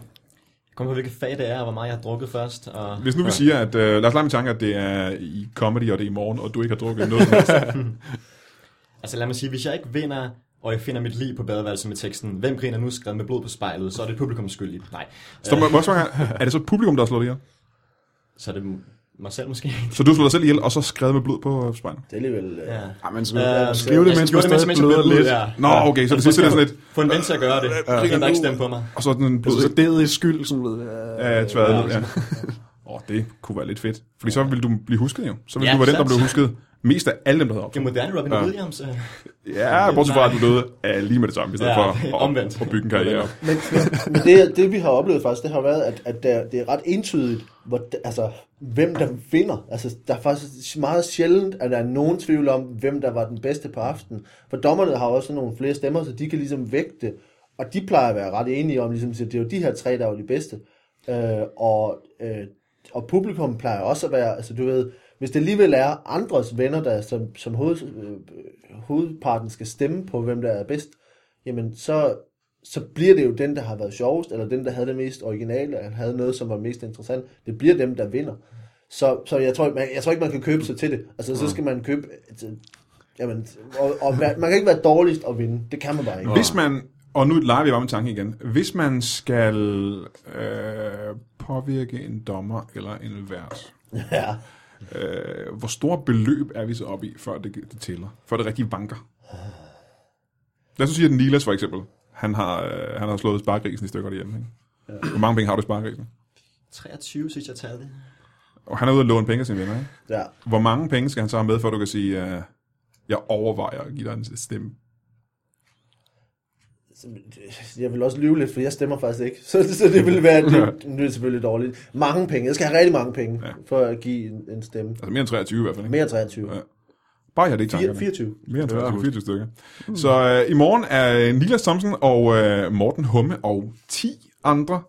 Kom på, hvilket fag det er, og hvor meget jeg har drukket først. Og... Hvis nu vi siger, at øh, lad os lege med tanke, at det er i comedy, og det er i morgen, og du ikke har drukket noget. som helst. Altså lad mig sige, hvis jeg ikke vinder, og jeg finder mit liv på badeværelset med teksten, hvem griner nu skrevet med blod på spejlet, så er det publikums skyld. i- Nej, Øh, så må, må jeg spørge, her, er det så publikum, der har slået dig ihjel? så er det m- mig selv måske. Så du slår dig selv ihjel, og så skrevet med blod på spejlet? det er alligevel... Øh, Ja. Ja, men Øh, sådan, skriv det, mens jeg man gjorde det, stadig mens jeg bløder blev ud, lidt. ja. Nå, okay, så det sidste er sådan lidt, Få en ven til at gøre det. Ja. griner Kan der ikke nu. stemme på mig? og så er den blod, Altså, så det er i skyld, sådan ved. Ja, tværet ned, ja. Åh, oh, det kunne være lidt fedt. Fordi så ville du blive husket jo. Så ville Ja, ja, du være den, der sandt. blev husket mest af alle dem, der havde op. Det er moderne Robin Ja. Williams. øh. Ja, bortset fra, at du døde ja, lige med det samme, i stedet Ja, for at, omvendt. at bygge en karriere op. Men, men, men det, det, vi har oplevet faktisk, det har været, at, at der, det er ret entydigt, hvor, altså, hvem der vinder. Altså, der er faktisk meget sjældent, at der er nogen tvivl om, hvem der var den bedste på aftenen. For dommerne har også nogle flere stemmer, så de kan ligesom vægte. Og de plejer at være ret enige om, ligesom, at det er jo de her tre, der var de bedste. Øh, og, øh, og publikum plejer også at være, altså du ved, hvis det alligevel er andres venner, der som, som hoved, øh, hovedparten skal stemme på, hvem der er bedst, jamen så, så bliver det jo den, der har været sjovest, eller den, der havde det mest originale, eller havde noget, som var mest interessant. Det bliver dem, der vinder. Så, så jeg, tror, man, jeg tror ikke, man kan købe sig til det. Altså, så skal man købe... Altså, jamen, og, og, man man kan ikke være dårligst at vinde. Det kan man bare ikke. Hvis man, og nu leger vi bare med tanken igen, hvis man skal øh, påvirke en dommer eller en vært, (laughs) Ja. øh, hvor store beløb er vi så oppe i, før det, det tæller? Før det rigtig banker? Lad os nu sige, at Nilas for eksempel, han har, øh, han har slået spargrisen i stykker derhjemme. Ikke? Ja. Hvor mange penge har du i spargrisen? 23, synes jeg, tager det. Og han er ude og låne penge af sine venner. Ikke? ja. Hvor mange penge skal han så have med, før du kan sige, øh, jeg overvejer at give dig en stemme? Jeg vil også lyve lidt, for jeg stemmer faktisk ikke. Så, så det ville være (laughs) det, det er selvfølgelig dårligt. Mange penge. Jeg skal have rigtig mange penge, ja. for at give en, en stemme. Altså mere end 23 i hvert fald. Ikke? Mere 23. Ja. Ja. Bare jeg har det ikke 24. Mere end 23, 24 stykker. Så øh, i morgen er Niklas Thomsen og øh, Morten Humme og 10 andre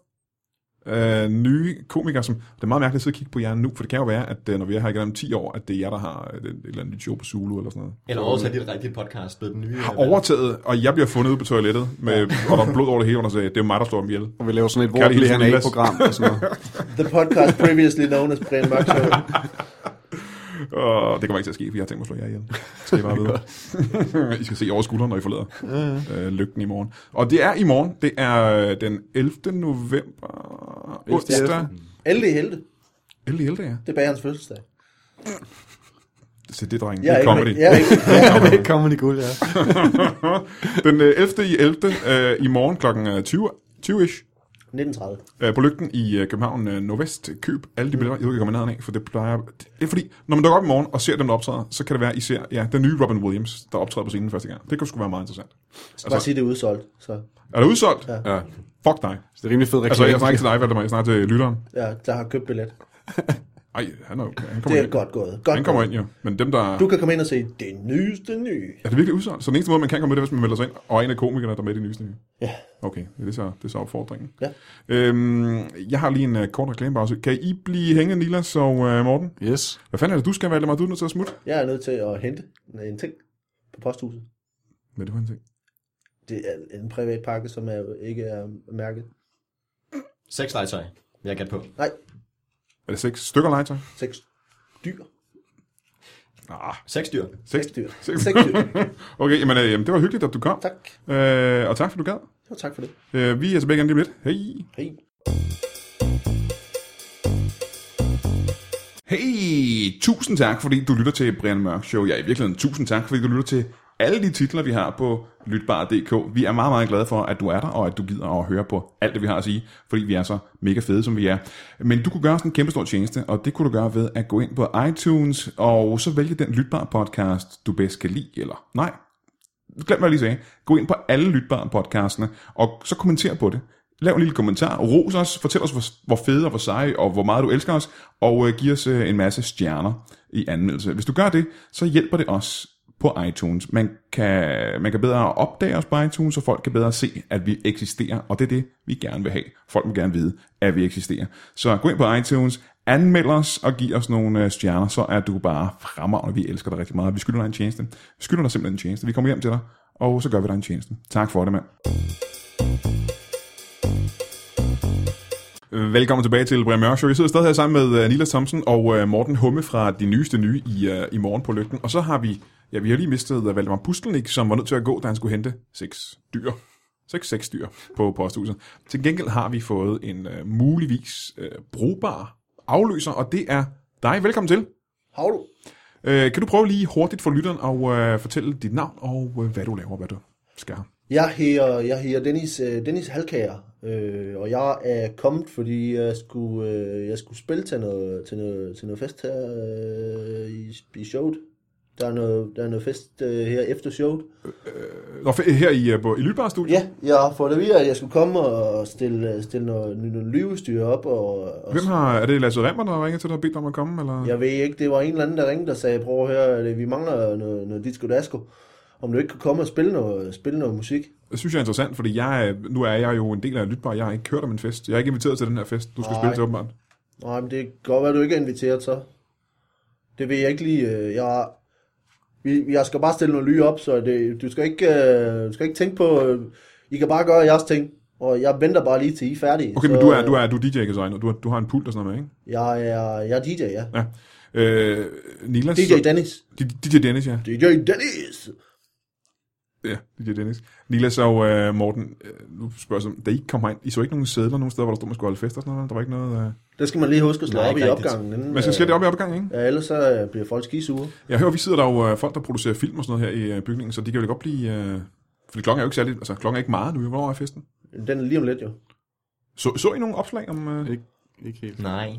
øh, nye komikere, som det er meget mærkeligt at sidde og kigge på jer nu, for det kan jo være, at øh, når vi er her igen om 10 år, at det er jer, der har øh, et, et eller andet nyt show på Zulu eller sådan noget. Eller oversat dit rigtige podcast, blevet den nye. øh, Overtaget, og jeg bliver fundet ude på toilettet, med, og der er blod over det hele, og der siger, det er jo mig, der slår dem ihjel. Og vi laver sådan et, Kan hvor det bliver hilse han af Niklas? program og sådan (laughs) noget. The podcast previously known as Brian Mørk (laughs) Show. Og det kommer ikke til at ske, for jeg har tænkt mig at slå jer ihjel. Det Skal I (laughs) bare vide. (laughs) I skal se over skulderen, når I forlader øh, lygten i morgen. Og det er i morgen. Det er øh, den 11. november. 11. Onsdag. Elde i Helte. 11. 11. ja. Det er bagerens fødselsdag. Se det, drenge. Jeg det er er comedy. ikke, jeg er (laughs) ikke, Det kommer de guld, ja. Den øh, 11. i 11. Øh, i morgen kl. 20. 20-ish. 1930. øh, på lygten i øh, København øh, Nordvest. Køb Mm. alle de billeder, I ikke kommer ned af, for det plejer... Det er fordi, når man dukker op i morgen og ser dem, der optræder, så kan det være, at I ser ja, den nye Robin Williams, der optræder på scenen første gang. Det kunne sgu være meget interessant. Jeg Altså- skal bare sige, det er udsolgt. Så Er det udsolgt? Ja. ja. Fuck dig. Så det er rimelig fed reklame. Altså, jeg snakker ikke til dig, Valdemar, jeg snakker til lytteren. ja, der har købt billet. Ej, han, er, jo- han Det kommer er ind. godt gået. Godt Han kommer gået. ind jo. Men dem, der... Du kan komme ind og se det nyeste nye. Er det virkelig usundt? Så den eneste måde, man kan komme med, det er, hvis man melder sig ind, og er en af komikerne, der er med i det nyeste nye. Ja. Okay, det er så, det er så opfordringen. Ja. Øhm, jeg har lige en uh, kort reklamepause. Kan I blive hængende, Nilas og uh, Morten? Yes. Hvad fanden er det, du skal, Valdemar? Du er nødt til at smutte. Jeg er nødt til at hente en ting på posthuset. Men det var en ting. Det er en privat pakke, som er, ikke er mærket. Sexlegetøj, vil jeg gætte på. Nej, Er det seks stykker legetøj? seks dyr. Ah, Seks dyr. seks. Seks dyr. Seks. Seks dyr. Okay, jamen, øh, jamen, det var hyggeligt, at du kom. Tak. Øh, og tak, fordi du gad. Jo, tak for det. Øh, vi er tilbage igen lige om lidt. Hej. Hej. Hey, tusind tak, fordi du lytter til Brian Mørk Show. Ja, i virkeligheden tusind tak, fordi du lytter til alle de titler, vi har på lytbar.dk. Vi er meget, meget glade for, at du er der, og at du gider at høre på alt det, vi har at sige, fordi vi er så mega fede, som vi er. Men du kunne gøre os en kæmpe stor tjeneste, og det kunne du gøre ved at gå ind på iTunes, og så vælge den lytbar podcast, du bedst kan lide, eller nej, glem hvad jeg lige sagde, gå ind på alle lytbare podcastene, og så kommenter på det. Lav en lille kommentar, ros os, fortæl os, hvor, hvor fede og hvor seje, og hvor meget du elsker os, og øh, giv os øh, en masse stjerner i anmeldelse. Hvis du gør det, så hjælper det os på iTunes. Man kan, man kan bedre opdage os på iTunes, og folk kan bedre se, at vi eksisterer, og det er det, vi gerne vil have. Folk vil gerne vide, at vi eksisterer. Så gå ind på iTunes, anmeld os og giv os nogle øh, stjerner, så er du bare fremragende. Vi elsker dig rigtig meget. Vi skylder dig en tjeneste. Vi skylder dig simpelthen en tjeneste. Vi kommer hjem til dig, og så gør vi dig en tjeneste. Tak for det, mand. Velkommen tilbage til Brian Mørk Show. Jeg sidder stadig her sammen med øh, Nilas Thomsen og øh, Morten Humme fra De Nyeste Nye i, øh, i morgen på lygten. Og så har vi, ja, vi har lige mistet øh, Valdemar Pustelnik, som var nødt til at gå, da han skulle hente seks dyr. Seks, seks dyr på posthuset. Til gengæld har vi fået en øh, muligvis øh, brugbar afløser, og det er dig. Velkommen til. Har du? Øh, kan du prøve lige hurtigt for lytteren at øh, fortælle dit navn og øh, hvad du laver, hvad du skal. Jeg hedder, jeg hedder Dennis, øh, Dennis Halkager, øh, og jeg er kommet, fordi jeg skulle, øh, jeg skulle spille til noget, til noget, til noget fest her øh, i, i showet. Der er noget, der er noget fest øh, her efter showet. Nå, f- her i, øh, på- i Lytbar Studio. Ja, jeg har fået at vide, at jeg skulle komme og stille, øh, stille noget, noget lyvestyr op. Og, og Hvem har, er det Lasse Remmer, der har ringet til dig og bedt dig om at komme? Eller? Jeg ved ikke, det var en eller anden, der ringede og sagde, prøv at høre, det- vi mangler noget, noget disco dasko. Om du ikke kunne komme og spille noget, spille noget musik. Det synes jeg er interessant, fordi jeg, er- nu er jeg jo en del af Lytbar. Jeg har ikke hørt om en fest. Jeg er ikke inviteret til den her fest, du skal Nej. spille til åbenbart. Nej, men det kan godt være, du ikke er inviteret så. Det ved jeg ikke lige. øh, Jeg, vi, jeg skal bare stille noget lyde op, så det, du, skal ikke, øh, du skal ikke tænke på... øh, I kan bare gøre jeres ting, og jeg venter bare lige til I er færdige. Okay, så, men du er, øh, du er, du er DJ, kan så du, har- du har en pult og sådan noget med, ikke? Jeg er, jeg er DJ, ja. Ja. Øh, Nilas, DJ Dennis. DJ Dennis, ja. DJ Dennis! Ja, DJ Dennis. Nilas og øh, Morten, øh, nu spørger jeg, så, da I kom herind, I så ikke nogen sædler nogen steder, hvor der stod, man skulle holde fest og sådan noget? Der var ikke noget... Øh... Det skal man lige huske at slå Nej, op i ikke rigtigt. opgangen. Inden, Man skal skære øh, det op i opgangen, ikke? Ja, ellers så øh, bliver folk skisure. Jeg hører, vi sidder der jo øh, folk, der producerer film og sådan noget her i øh, bygningen, så de kan jo godt blive... Øh, fordi klokken er jo ikke særlig... Altså, klokken er ikke meget nu. Hvornår er festen? Den er lige om lidt, jo. Så, så I nogle opslag om... Øh, Ikke, ikke helt. Nej.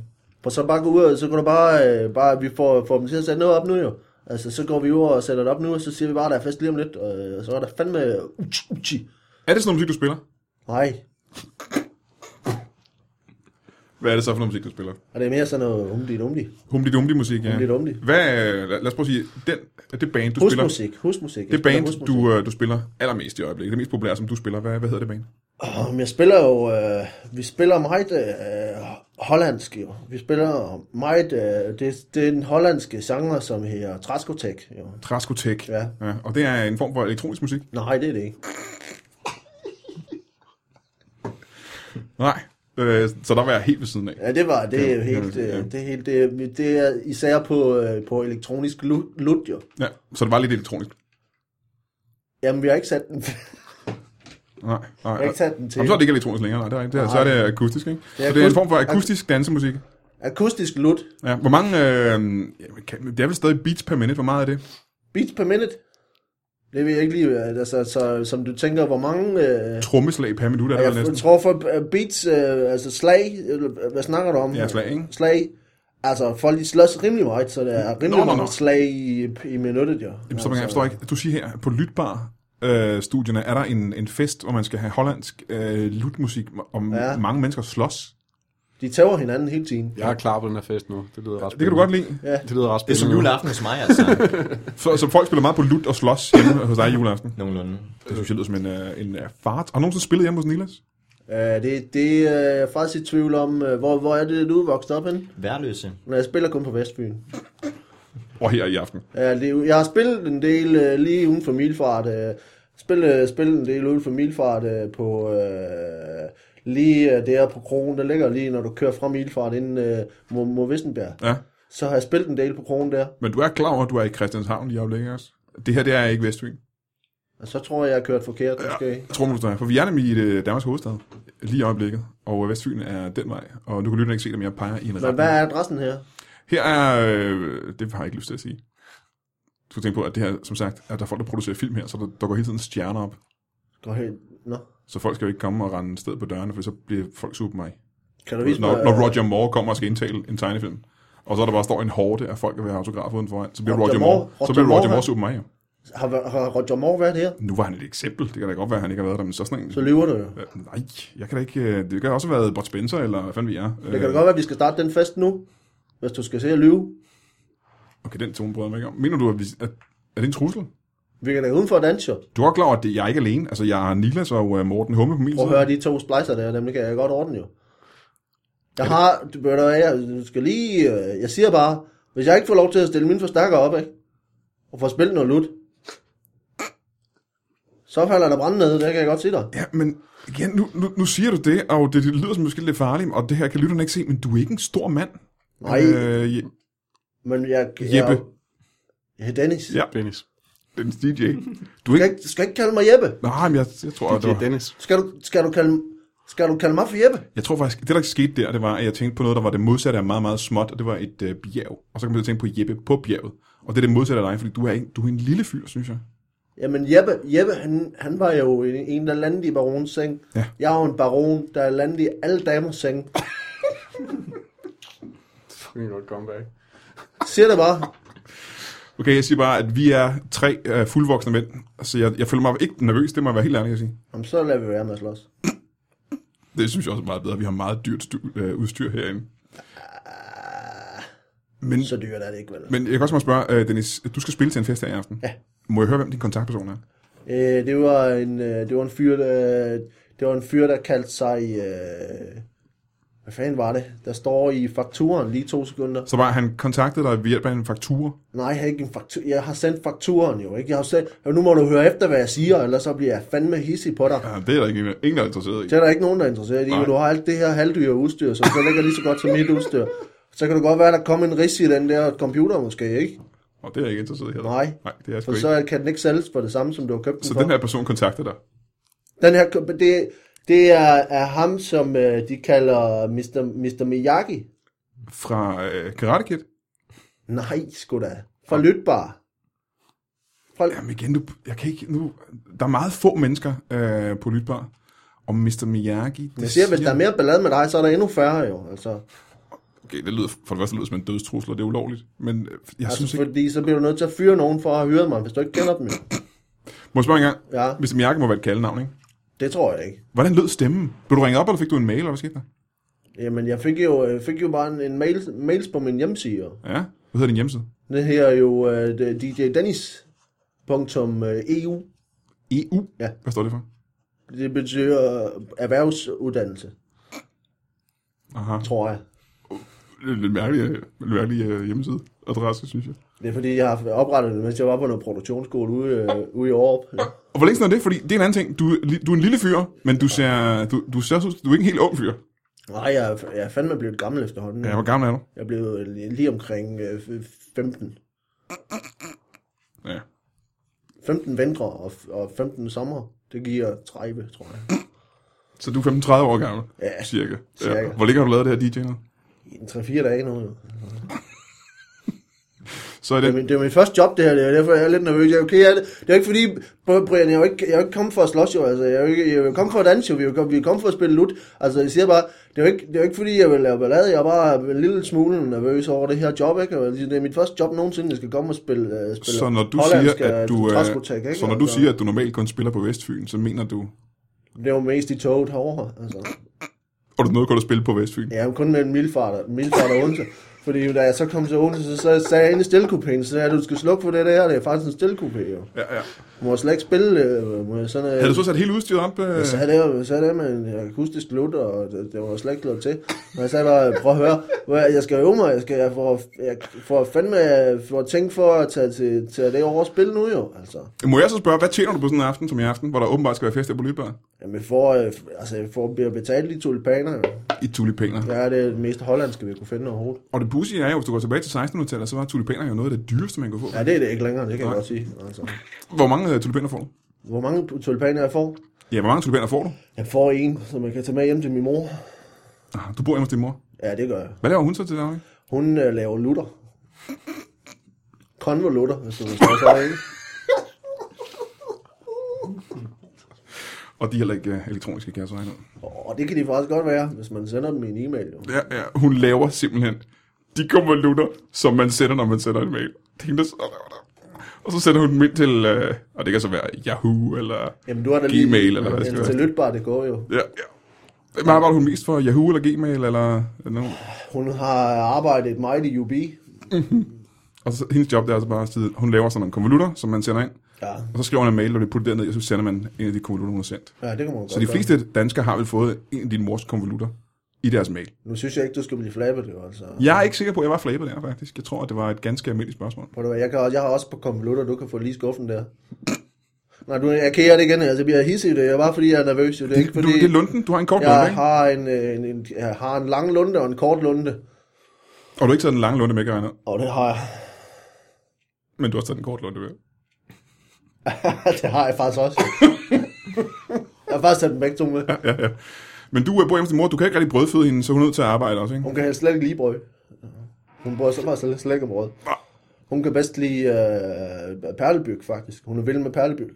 Og så bare gå ud, og så kan du bare, øh, bare vi får, får dem til at sætte noget op nu jo. Altså, så går vi ud og sætter det op nu, og så siger vi bare, der er fest lige om lidt, og øh, så er der fandme uchi, uchi. er det sådan noget musik, du spiller? Nej, Hvad er det så for noget musik, du spiller? og det er mere sådan noget umdi dumdi. Humdi-dumdi musik, ja. Humdi-dumdi. Hvad, øh, lad, lad os prøve at sige, den, det band, du spiller... Husmusik, husmusik. Jeg Det spiller band, du, øh, du spiller allermest i øjeblikket, det mest populære, som du spiller, hvad, hvad hedder det band? husmusik. Åh, men jeg spiller jo, øh, vi spiller meget øh, hollandsk jo. Vi spiller meget, øh, det, det er den hollandske genre, som hedder Traskotek jo. Traskotek. Ja. ja. Og det er en form for elektronisk musik? Nej, det er det ikke. Nej. Øh, så der var jeg helt ved siden af. Ja, det var, det er jo helt, ja. øh, det er helt, det, det er især på, øh, på elektronisk lut, lut jo. Ja, så det var lidt elektronisk. Jamen, vi har ikke sat den. (laughs) Nej, nej. har ikke sat den til. Jamen, så er det ikke elektronisk længere, nej. Det er, rigtigt. det er, så er det akustisk, ikke? Det er er, så det er en akust- form for akustisk dansemusik. Akustisk lut. Ja, hvor mange... Øh, jamen, kan- det er vel stadig beats per minute. Hvor meget er det? Beats per minute. Det ved jeg ikke lige. Altså, så, som du tænker, hvor mange... Øh, Trommeslag per minut er det vel jeg næsten. f- tror for øh, beats, øh, altså slag, øh, hvad snakker du om? Ja, slag, ikke? Mm. Slag. Altså, folk de slås rimelig meget, så der er rimelig Nå, nå, nå. mange slag i, i minuttet, jo. Altså, Jamen, så, jeg forstår ikke. Du siger her, på Lytbar øh, studierne er der en, en fest, hvor man skal have hollandsk øh, lutmusik, og Ja. ja. mange mennesker slås. De tæver hinanden hele tiden. Jeg er klar på den her fest nu. Det lyder ret Det kan du godt lide. Ja. Det lyder ret Det er som spændende. juleaften hos mig, altså. (laughs) Så, så folk spiller meget på lut og slås hjemme hos dig i juleaften. Nogenlunde. Det synes jeg lyder som en, øh, en øh, fart. Har du nogensinde spillet hjemme hos Nilas? Øh, det, det er jeg faktisk i tvivl om, øh, hvor, hvor er det, du er vokset op hen? Værløse. Men jeg spiller kun på Vestbyen. Og her i aften. Ja, det, er jo- jeg har spillet en del øh, lige uden for milfart. Øh, spillet, spillet en del uden for milfart øh, på... Øh, lige øh, der på krogen, der ligger lige, når du kører fra milfart ind øh, mod, mod Vissenbjerg. Ja. Så har jeg spillet en del på krogen der. Men du er klar over, at du er i Christianshavn lige aflægge også. Det her, det er ikke Vestfyn. Og så tror jeg, jeg har kørt forkert måske. Ja, tror man, du er. For vi er nemlig i det Danmarks hovedstad lige i øjeblikket. Og øh, Vestfyn er den vej. Og nu kan lytterne ikke se det, men jeg peger i en Men retning. hvad er adressen her? Her er... Øh, det har jeg ikke lyst til at sige. Du skal tænke på, at det her, som sagt, at der er folk, der producerer film her, så der, der går hele tiden stjerner op. Går helt... Nå. Så folk skal jo ikke komme og rende sted på dørene, for så bliver folk super mig. Kan du vise mig... Når, når Roger Moore kommer og skal indtale en tegnefilm, og så er der bare står en horde af folk, der vil have autografer udenfor, så bliver Roger Roger, Moore- Moore, Roger så bliver Moore, Roger Moore han- super mig. øh, Har, har Roger Moore været her? Nu var han et eksempel. Det kan da godt være, at han ikke har været der, men så sådan en... Så lyver du jo. Øh, Nej, jeg kan da ikke... øh, Det kan også have været Bart Spencer, eller hvad fanden vi er. Øh, Det kan da godt være, at vi skal starte den fest nu, hvis du skal se at lyve. Okay, den tone bryder jeg mig ikke om. Mener du, at, vi, at er det en trussel? Vi kan da uden for at danse jo. Du er godt klar over, at det, jeg er ikke alene. Altså, jeg har Niklas og øh, Morten Humme på min Prøv at side. høre de to splicer der, dem kan jeg godt ordne jo. Jeg har, du bør jeg, du skal lige, øh, jeg siger bare, hvis jeg ikke får lov til at stille min forstærker op, ikke? Og få spillet noget lut, så falder der brand ned, det kan jeg godt sige dig. Ja, men igen, nu, nu, nu siger du det, og det, det lyder som måske lidt farligt, og det her kan lytterne ikke se, men du er ikke en stor mand. Nej. Øh, Je- Men jeg... jeg Jeppe. Ja, Dennis. Ja. Dennis. den DJ. Du er Du skal ikke... ikke, du skal ikke kalde mig Jeppe. Nej, men jeg, jeg tror, at Det det er var... Dennis. Skal du, skal du kalde, skal du kalde mig for Jeppe? Jeg tror faktisk, det der skete der, det var, at jeg tænkte på noget, der var det modsatte af meget, meget småt, og det var et øh, bjerg. Og så kan man til at tænke på Jeppe på bjerget. Og det er det modsatte af dig, fordi du er en, du er en lille fyr, synes jeg. Jamen Jeppe, Jeppe han, han var jo en, en der landede i barons seng. Ja. Jeg er jo en baron, der landede i alle damers seng. Fucking godt comeback. Siger det bare. Okay, jeg siger bare, at vi er tre øh, fuldvoksne mænd, så jeg, jeg føler mig ikke nervøs, det må jeg være helt ærlig at sige. Jamen, så lader vi være med at slås. Det synes jeg også er meget bedre, vi har meget dyrt stu, øh, udstyr herinde. Men, Så dyrt er det ikke, vel? men jeg kan også bare spørge, øh, Dennis, du skal spille til en fest her i aften. Ja. Må jeg høre, hvem din kontaktperson er? Øh, det var en, øh, det var en fyr, der, det var en fyr, der kaldte sig... Øh, hvad fanden var det? Der står i fakturen lige to sekunder. Så var han kontaktet dig ved hjælp af en faktur. Nej, jeg har ikke en faktur. Jeg har sendt fakturen jo, ikke? Jeg har sendt, nu må du høre efter, hvad jeg siger, ellers så bliver jeg fandme hissig på dig. Ja, det er der ikke ingen, der er interesseret i. Det er der ikke nogen, der er interesseret i, Nej. men du har alt det her halvdyre udstyr, som så ligger lige så godt som mit udstyr. Så kan det godt være, at der kommer en ris i den der computer måske, ikke? Og det er jeg ikke interesseret i heller. Nej. Nej, det er jeg sgu For ikke. så kan den ikke sælges for det samme, som du har købt den Så for. den her person kontakter dig. Den her, det, det er, er ham, som øh, de kalder Mr. Mr. Miyagi. Fra øh, Karate Kid? Nej, sgu da. Fra Lytbar. Fra, Jamen igen, du, jeg kan ikke, nu, der er meget få mennesker øh, på Lytbar. Og Mr. Miyagi... Det jeg siger, hvis der er mere ballade med dig, så er der endnu færre jo. Altså, Okay, det lyder, for det første lyder det som en dødstrusel, og det er ulovligt. Men øh, jeg altså, synes altså ikke... fordi så bliver du nødt til at fyre nogen for at have hyret mig, hvis du ikke kender dem jo. Må jeg spørge en gang? Ja, Mr. Miyagi må være et kaldenavn, ikke? det tror jeg ikke. Hvordan lød stemmen? Blev du ringet op, eller fik du en mail, eller hvad skete der? Jamen, jeg fik jo, jeg fik jo bare en, en mail, mails på min hjemmeside. jo. Ja? Hvad hedder din hjemmeside? Det her er jo uh, djdennis.eu. E EU? Ja. Hvad står det for? E Det betyder øh, erhvervsuddannelse, Aha. tror jeg. Det er en lidt mærkelig, øh, lidt mærkelig øh, hjemmeside. Adresse, synes jeg. Det er fordi, jeg har oprettet det, mens jeg var på noget produktionsskole ude, øh, ude i Aarup. Og hvor længe siden er det? Fordi det er en anden ting. Du, er li- du er en lille fyr, men du ser, du, du ser også ud, du er ikke en helt ung fyr. Nej, jeg, er- jeg er fandme blevet gammel efterhånden. Ja, hvor gammel er du? Jeg blev lige lige omkring øh, f- 15. Ja. 15 vintre og, og 15 sommer. Det giver 30, tror jeg. Så du er 35 år gammel, Ja, cirka. cirka. Hvor længe har du lavet det her DJ nu? I en 3-4 dage nu. jo. Så er Det det... er, min, det er min første job, det her. Det er derfor, jeg er lidt nervøs. Jeg, okay, jeg, er- det er jo ikke fordi, Br- Brian, jeg er jo ikke, jeg er jo ikke kommet for at slås, jo. Altså, jeg er jo ikke jeg er jo kommet for at danse, jo. Vi er jo kommet, vi er kommet for at spille lut. Altså, jeg siger bare, det er jo ikke, det er jo ikke fordi, jeg vil lave ballade. Jeg er bare en lille smule nervøs over det her job, ikke? Og Det er mit første job nogensinde, jeg skal komme og spille, uh, spille Så når du hollandsk, siger, at øh, du, øh, træskotek, ikke? så når du Altså, siger, at du normalt kun spiller på Vestfyn, så mener du... Det er jo mest i toget herovre, altså. og du nåede godt at spille på Vestfyn. Ja, kun mellem Milfart og, Milfart og Odense. Fordi jo, da jeg så kom til Odense, så, så sagde jeg inde i stillekupéen, så sagde jeg, du skal slukke for det der, det er faktisk en stillekupé, jo. Ja, ja. Du må slet ikke spille øh, med sådan noget. Havde du så sat hele udstyret op? Øh, Jeg sagde det, jo- jeg sagde det, men jeg kan huske, det slut, og det, det var slet ikke lov til. Men jeg sagde bare, prøv at høre, hvor jeg- jeg skal øve mig, jeg, skal, jeg, får, jeg får fandme for at tænke for at tage til, til det over at spille nu jo, altså. må jeg så spørge, hvad tjener du på sådan en aften som i aften, hvor der åbenbart skal være fest her på Lydbørn? Jamen, jeg får, øh, altså, jeg får bliver betalt i tulipaner, jo. I tulipaner. Ja. Ja, det er det mest hollandske, vi kunne finde overhovedet. Og det pussy er jo, hvis du går tilbage til 1600-tallet, så var tulipaner jo noget af det dyreste, man kunne få. Ja, det er det ikke længere, det kan jeg godt sige. Altså. Hvor mange øh, tulipaner får du? Hvor mange tulipaner jeg får? Ja, hvor mange tulipaner får du? Jeg får en, som jeg kan tage med hjem til min mor. Ah, Du bor hjemme hos din mor. Ja, det gør jeg. Hvad laver hun så til daglig? Hun øh, laver lutter. Konvolutter, hvis du forstår så ikke. Og de er heller ikke øh, elektroniske, kan jeg så regne ud. Og det kan de faktisk godt være, hvis man sender dem i en e-mail. Jo. Ja, ja, hun laver simpelthen de konvolutter, som man sender, når man sender en mail. Det er hende, der sidder og laver dem. Og så sender hun dem ind til, øh, og det kan så være Yahoo, eller... Jamen, du har da Gmail, lige eller hvad det skal en være. til lytbar, det går jo. Ja, ja. Hvem arbejder hun mest for? Yahoo eller Gmail, eller... eller nogen? Hun har arbejdet meget i UB. Og så, hendes job, det er altså bare at sidde, hun laver sådan nogle konvolutter, som man sender ind, Ja, og så skriver hun en mail, og det putter derned, og så sender man en af de konvolutter, hun har sendt. ja det kan man godt Så de gøre. fleste danskere har vel fået en af din mors konvolutter i deres mail. Nu synes jeg ikke, du skal blive flabet, jo. Altså. Jeg er ikke sikker på, at jeg var flabet der, faktisk. Jeg tror, at det var et ganske almindeligt spørgsmål. Prøv at høre, jeg, kan, jeg har også på konvolutter, du kan få lige skuffen der. Nej, du, jeg kærer det igen, altså jeg bliver hissig i det, er bare fordi jeg er nervøs, jo. Det er ikke Det, du, fordi, det er lunden. Du har en kort lunde, jeg ikke? har en, øh, en, en, jeg har en lang lunde og en kort lunde. Og du har ikke taget den lange lunde med, kan jeg regne ud. Og det har jeg. Men du har taget den korte lunde med. det har jeg faktisk også. jo. jeg har faktisk taget dem begge to med. Ja, ja. Men du øh, bor hjemme hos din mor, du kan ikke rigtig brødføde hende, så hun er nødt til at arbejde også, ikke? Hun kan helst slet ikke lide brød. Hun bruger så meget slet, slet ikke om brød. Nå. Hun kan bedst lide øh, perlebyg, faktisk. Hun er vild med perlebyg.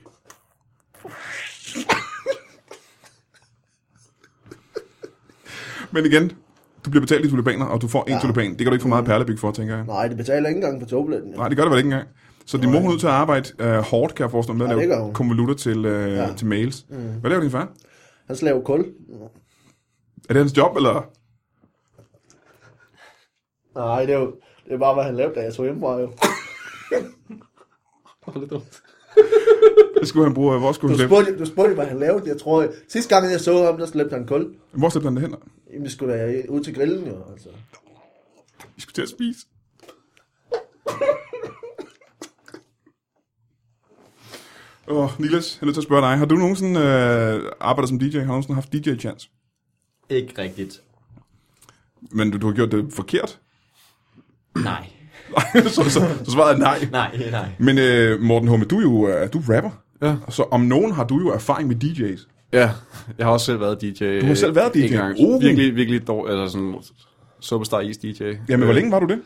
Men igen, du bliver betalt i tulipaner, og du får en ja. tulipan. Det kan du ikke få meget perlebyg for, tænker jeg. Nej, det betaler ikke engang på togbilletten. jo. Nej, det gør det vel ikke engang. Så din mor hun er nødt til at arbejde øh, hårdt, kan jeg forestille mig, med at Ja, det gør lave hun. konvolutter til, øh, ja. Ja. til mails. Mm. Hvad laver din far? Han slaver kul. Er det hans job, eller? Nej, det er jo det er bare, hvad han lavede, da jeg tog hjemmefra. Jo. Åh, det er dumt. Hvad skulle han bruge? øh, Hvor skulle Du han slippe? spurgte, du spurgte, hvad han lavede. Jeg tror, sidste gang jeg så ham, der slæbte han kul. Hvor slæbte han det hen? Jamen, det skulle da ud til grillen, jo. Altså. Vi skulle til at spise. Åh, oh, Nilas, jeg er nødt til at spørge dig. Har du nogensinde øh, arbejdet som DJ? Har du nogensinde haft DJ-chance? Ikke rigtigt. Men du, du har gjort det forkert? (laughs) Nej. så, så, så svarede jeg nej. Nej, nej. Men øh, Morten Humme, du er jo øh, du er rapper. Ja. Så om nogen har du jo erfaring med DJ's. Ja, jeg har også selv været DJ. Du har selv været DJ? En gang. Uh. Virkelig, virkelig dårlig, altså sådan Superstar East DJ. Jamen, hvor Øh, længe var du det?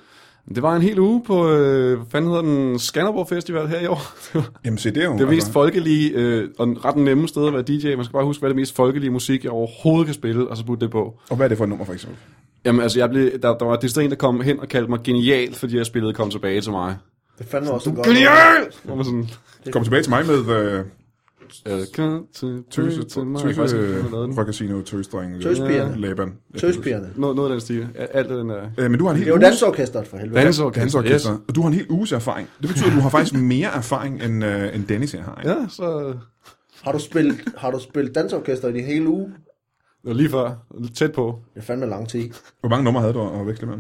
Det var en hel uge på, øh, hvad fanden hedder den, Skanderborg Festival her i år. (laughs) Det var Jamen, se, det er jo... altså, det mest folkelige øh, og ret nemme sted at være DJ. Man skal bare huske, hvad er det mest folkelige musik, jeg overhovedet kan spille, og så putte det på. Og hvad er det for et nummer, for eksempel? Jamen altså, jeg blev, der, der var det en, der kom hen og kaldte mig genial, fordi jeg spillede kom tilbage til mig. Det fandt også godt. Genial! Hvor man sådan, Kom tilbage til mig med øh, øh, kom tilbage tøse, til mig. tøse, Jeg kan faktisk ikke, hvem der lavede den. røgkasino, tøsdreng, øh, Tøspigerne. Laban. Tøspigerne. Noget, noget af den stil. Alt det den der. Øh, men du har en Det hel er jo uges, dansorkestret for helvede. dansorkester, yes. og du har en hel uges erfaring. Det betyder, at du har faktisk mere erfaring, end, øh, end Dennis her har. Ikke? Ja, så... Har du spillet, har du spillet dansorkester i din hele uge? Det var lige før. Tæt på. Det er fandme lang tid. Hvor mange numre havde du at veksle med?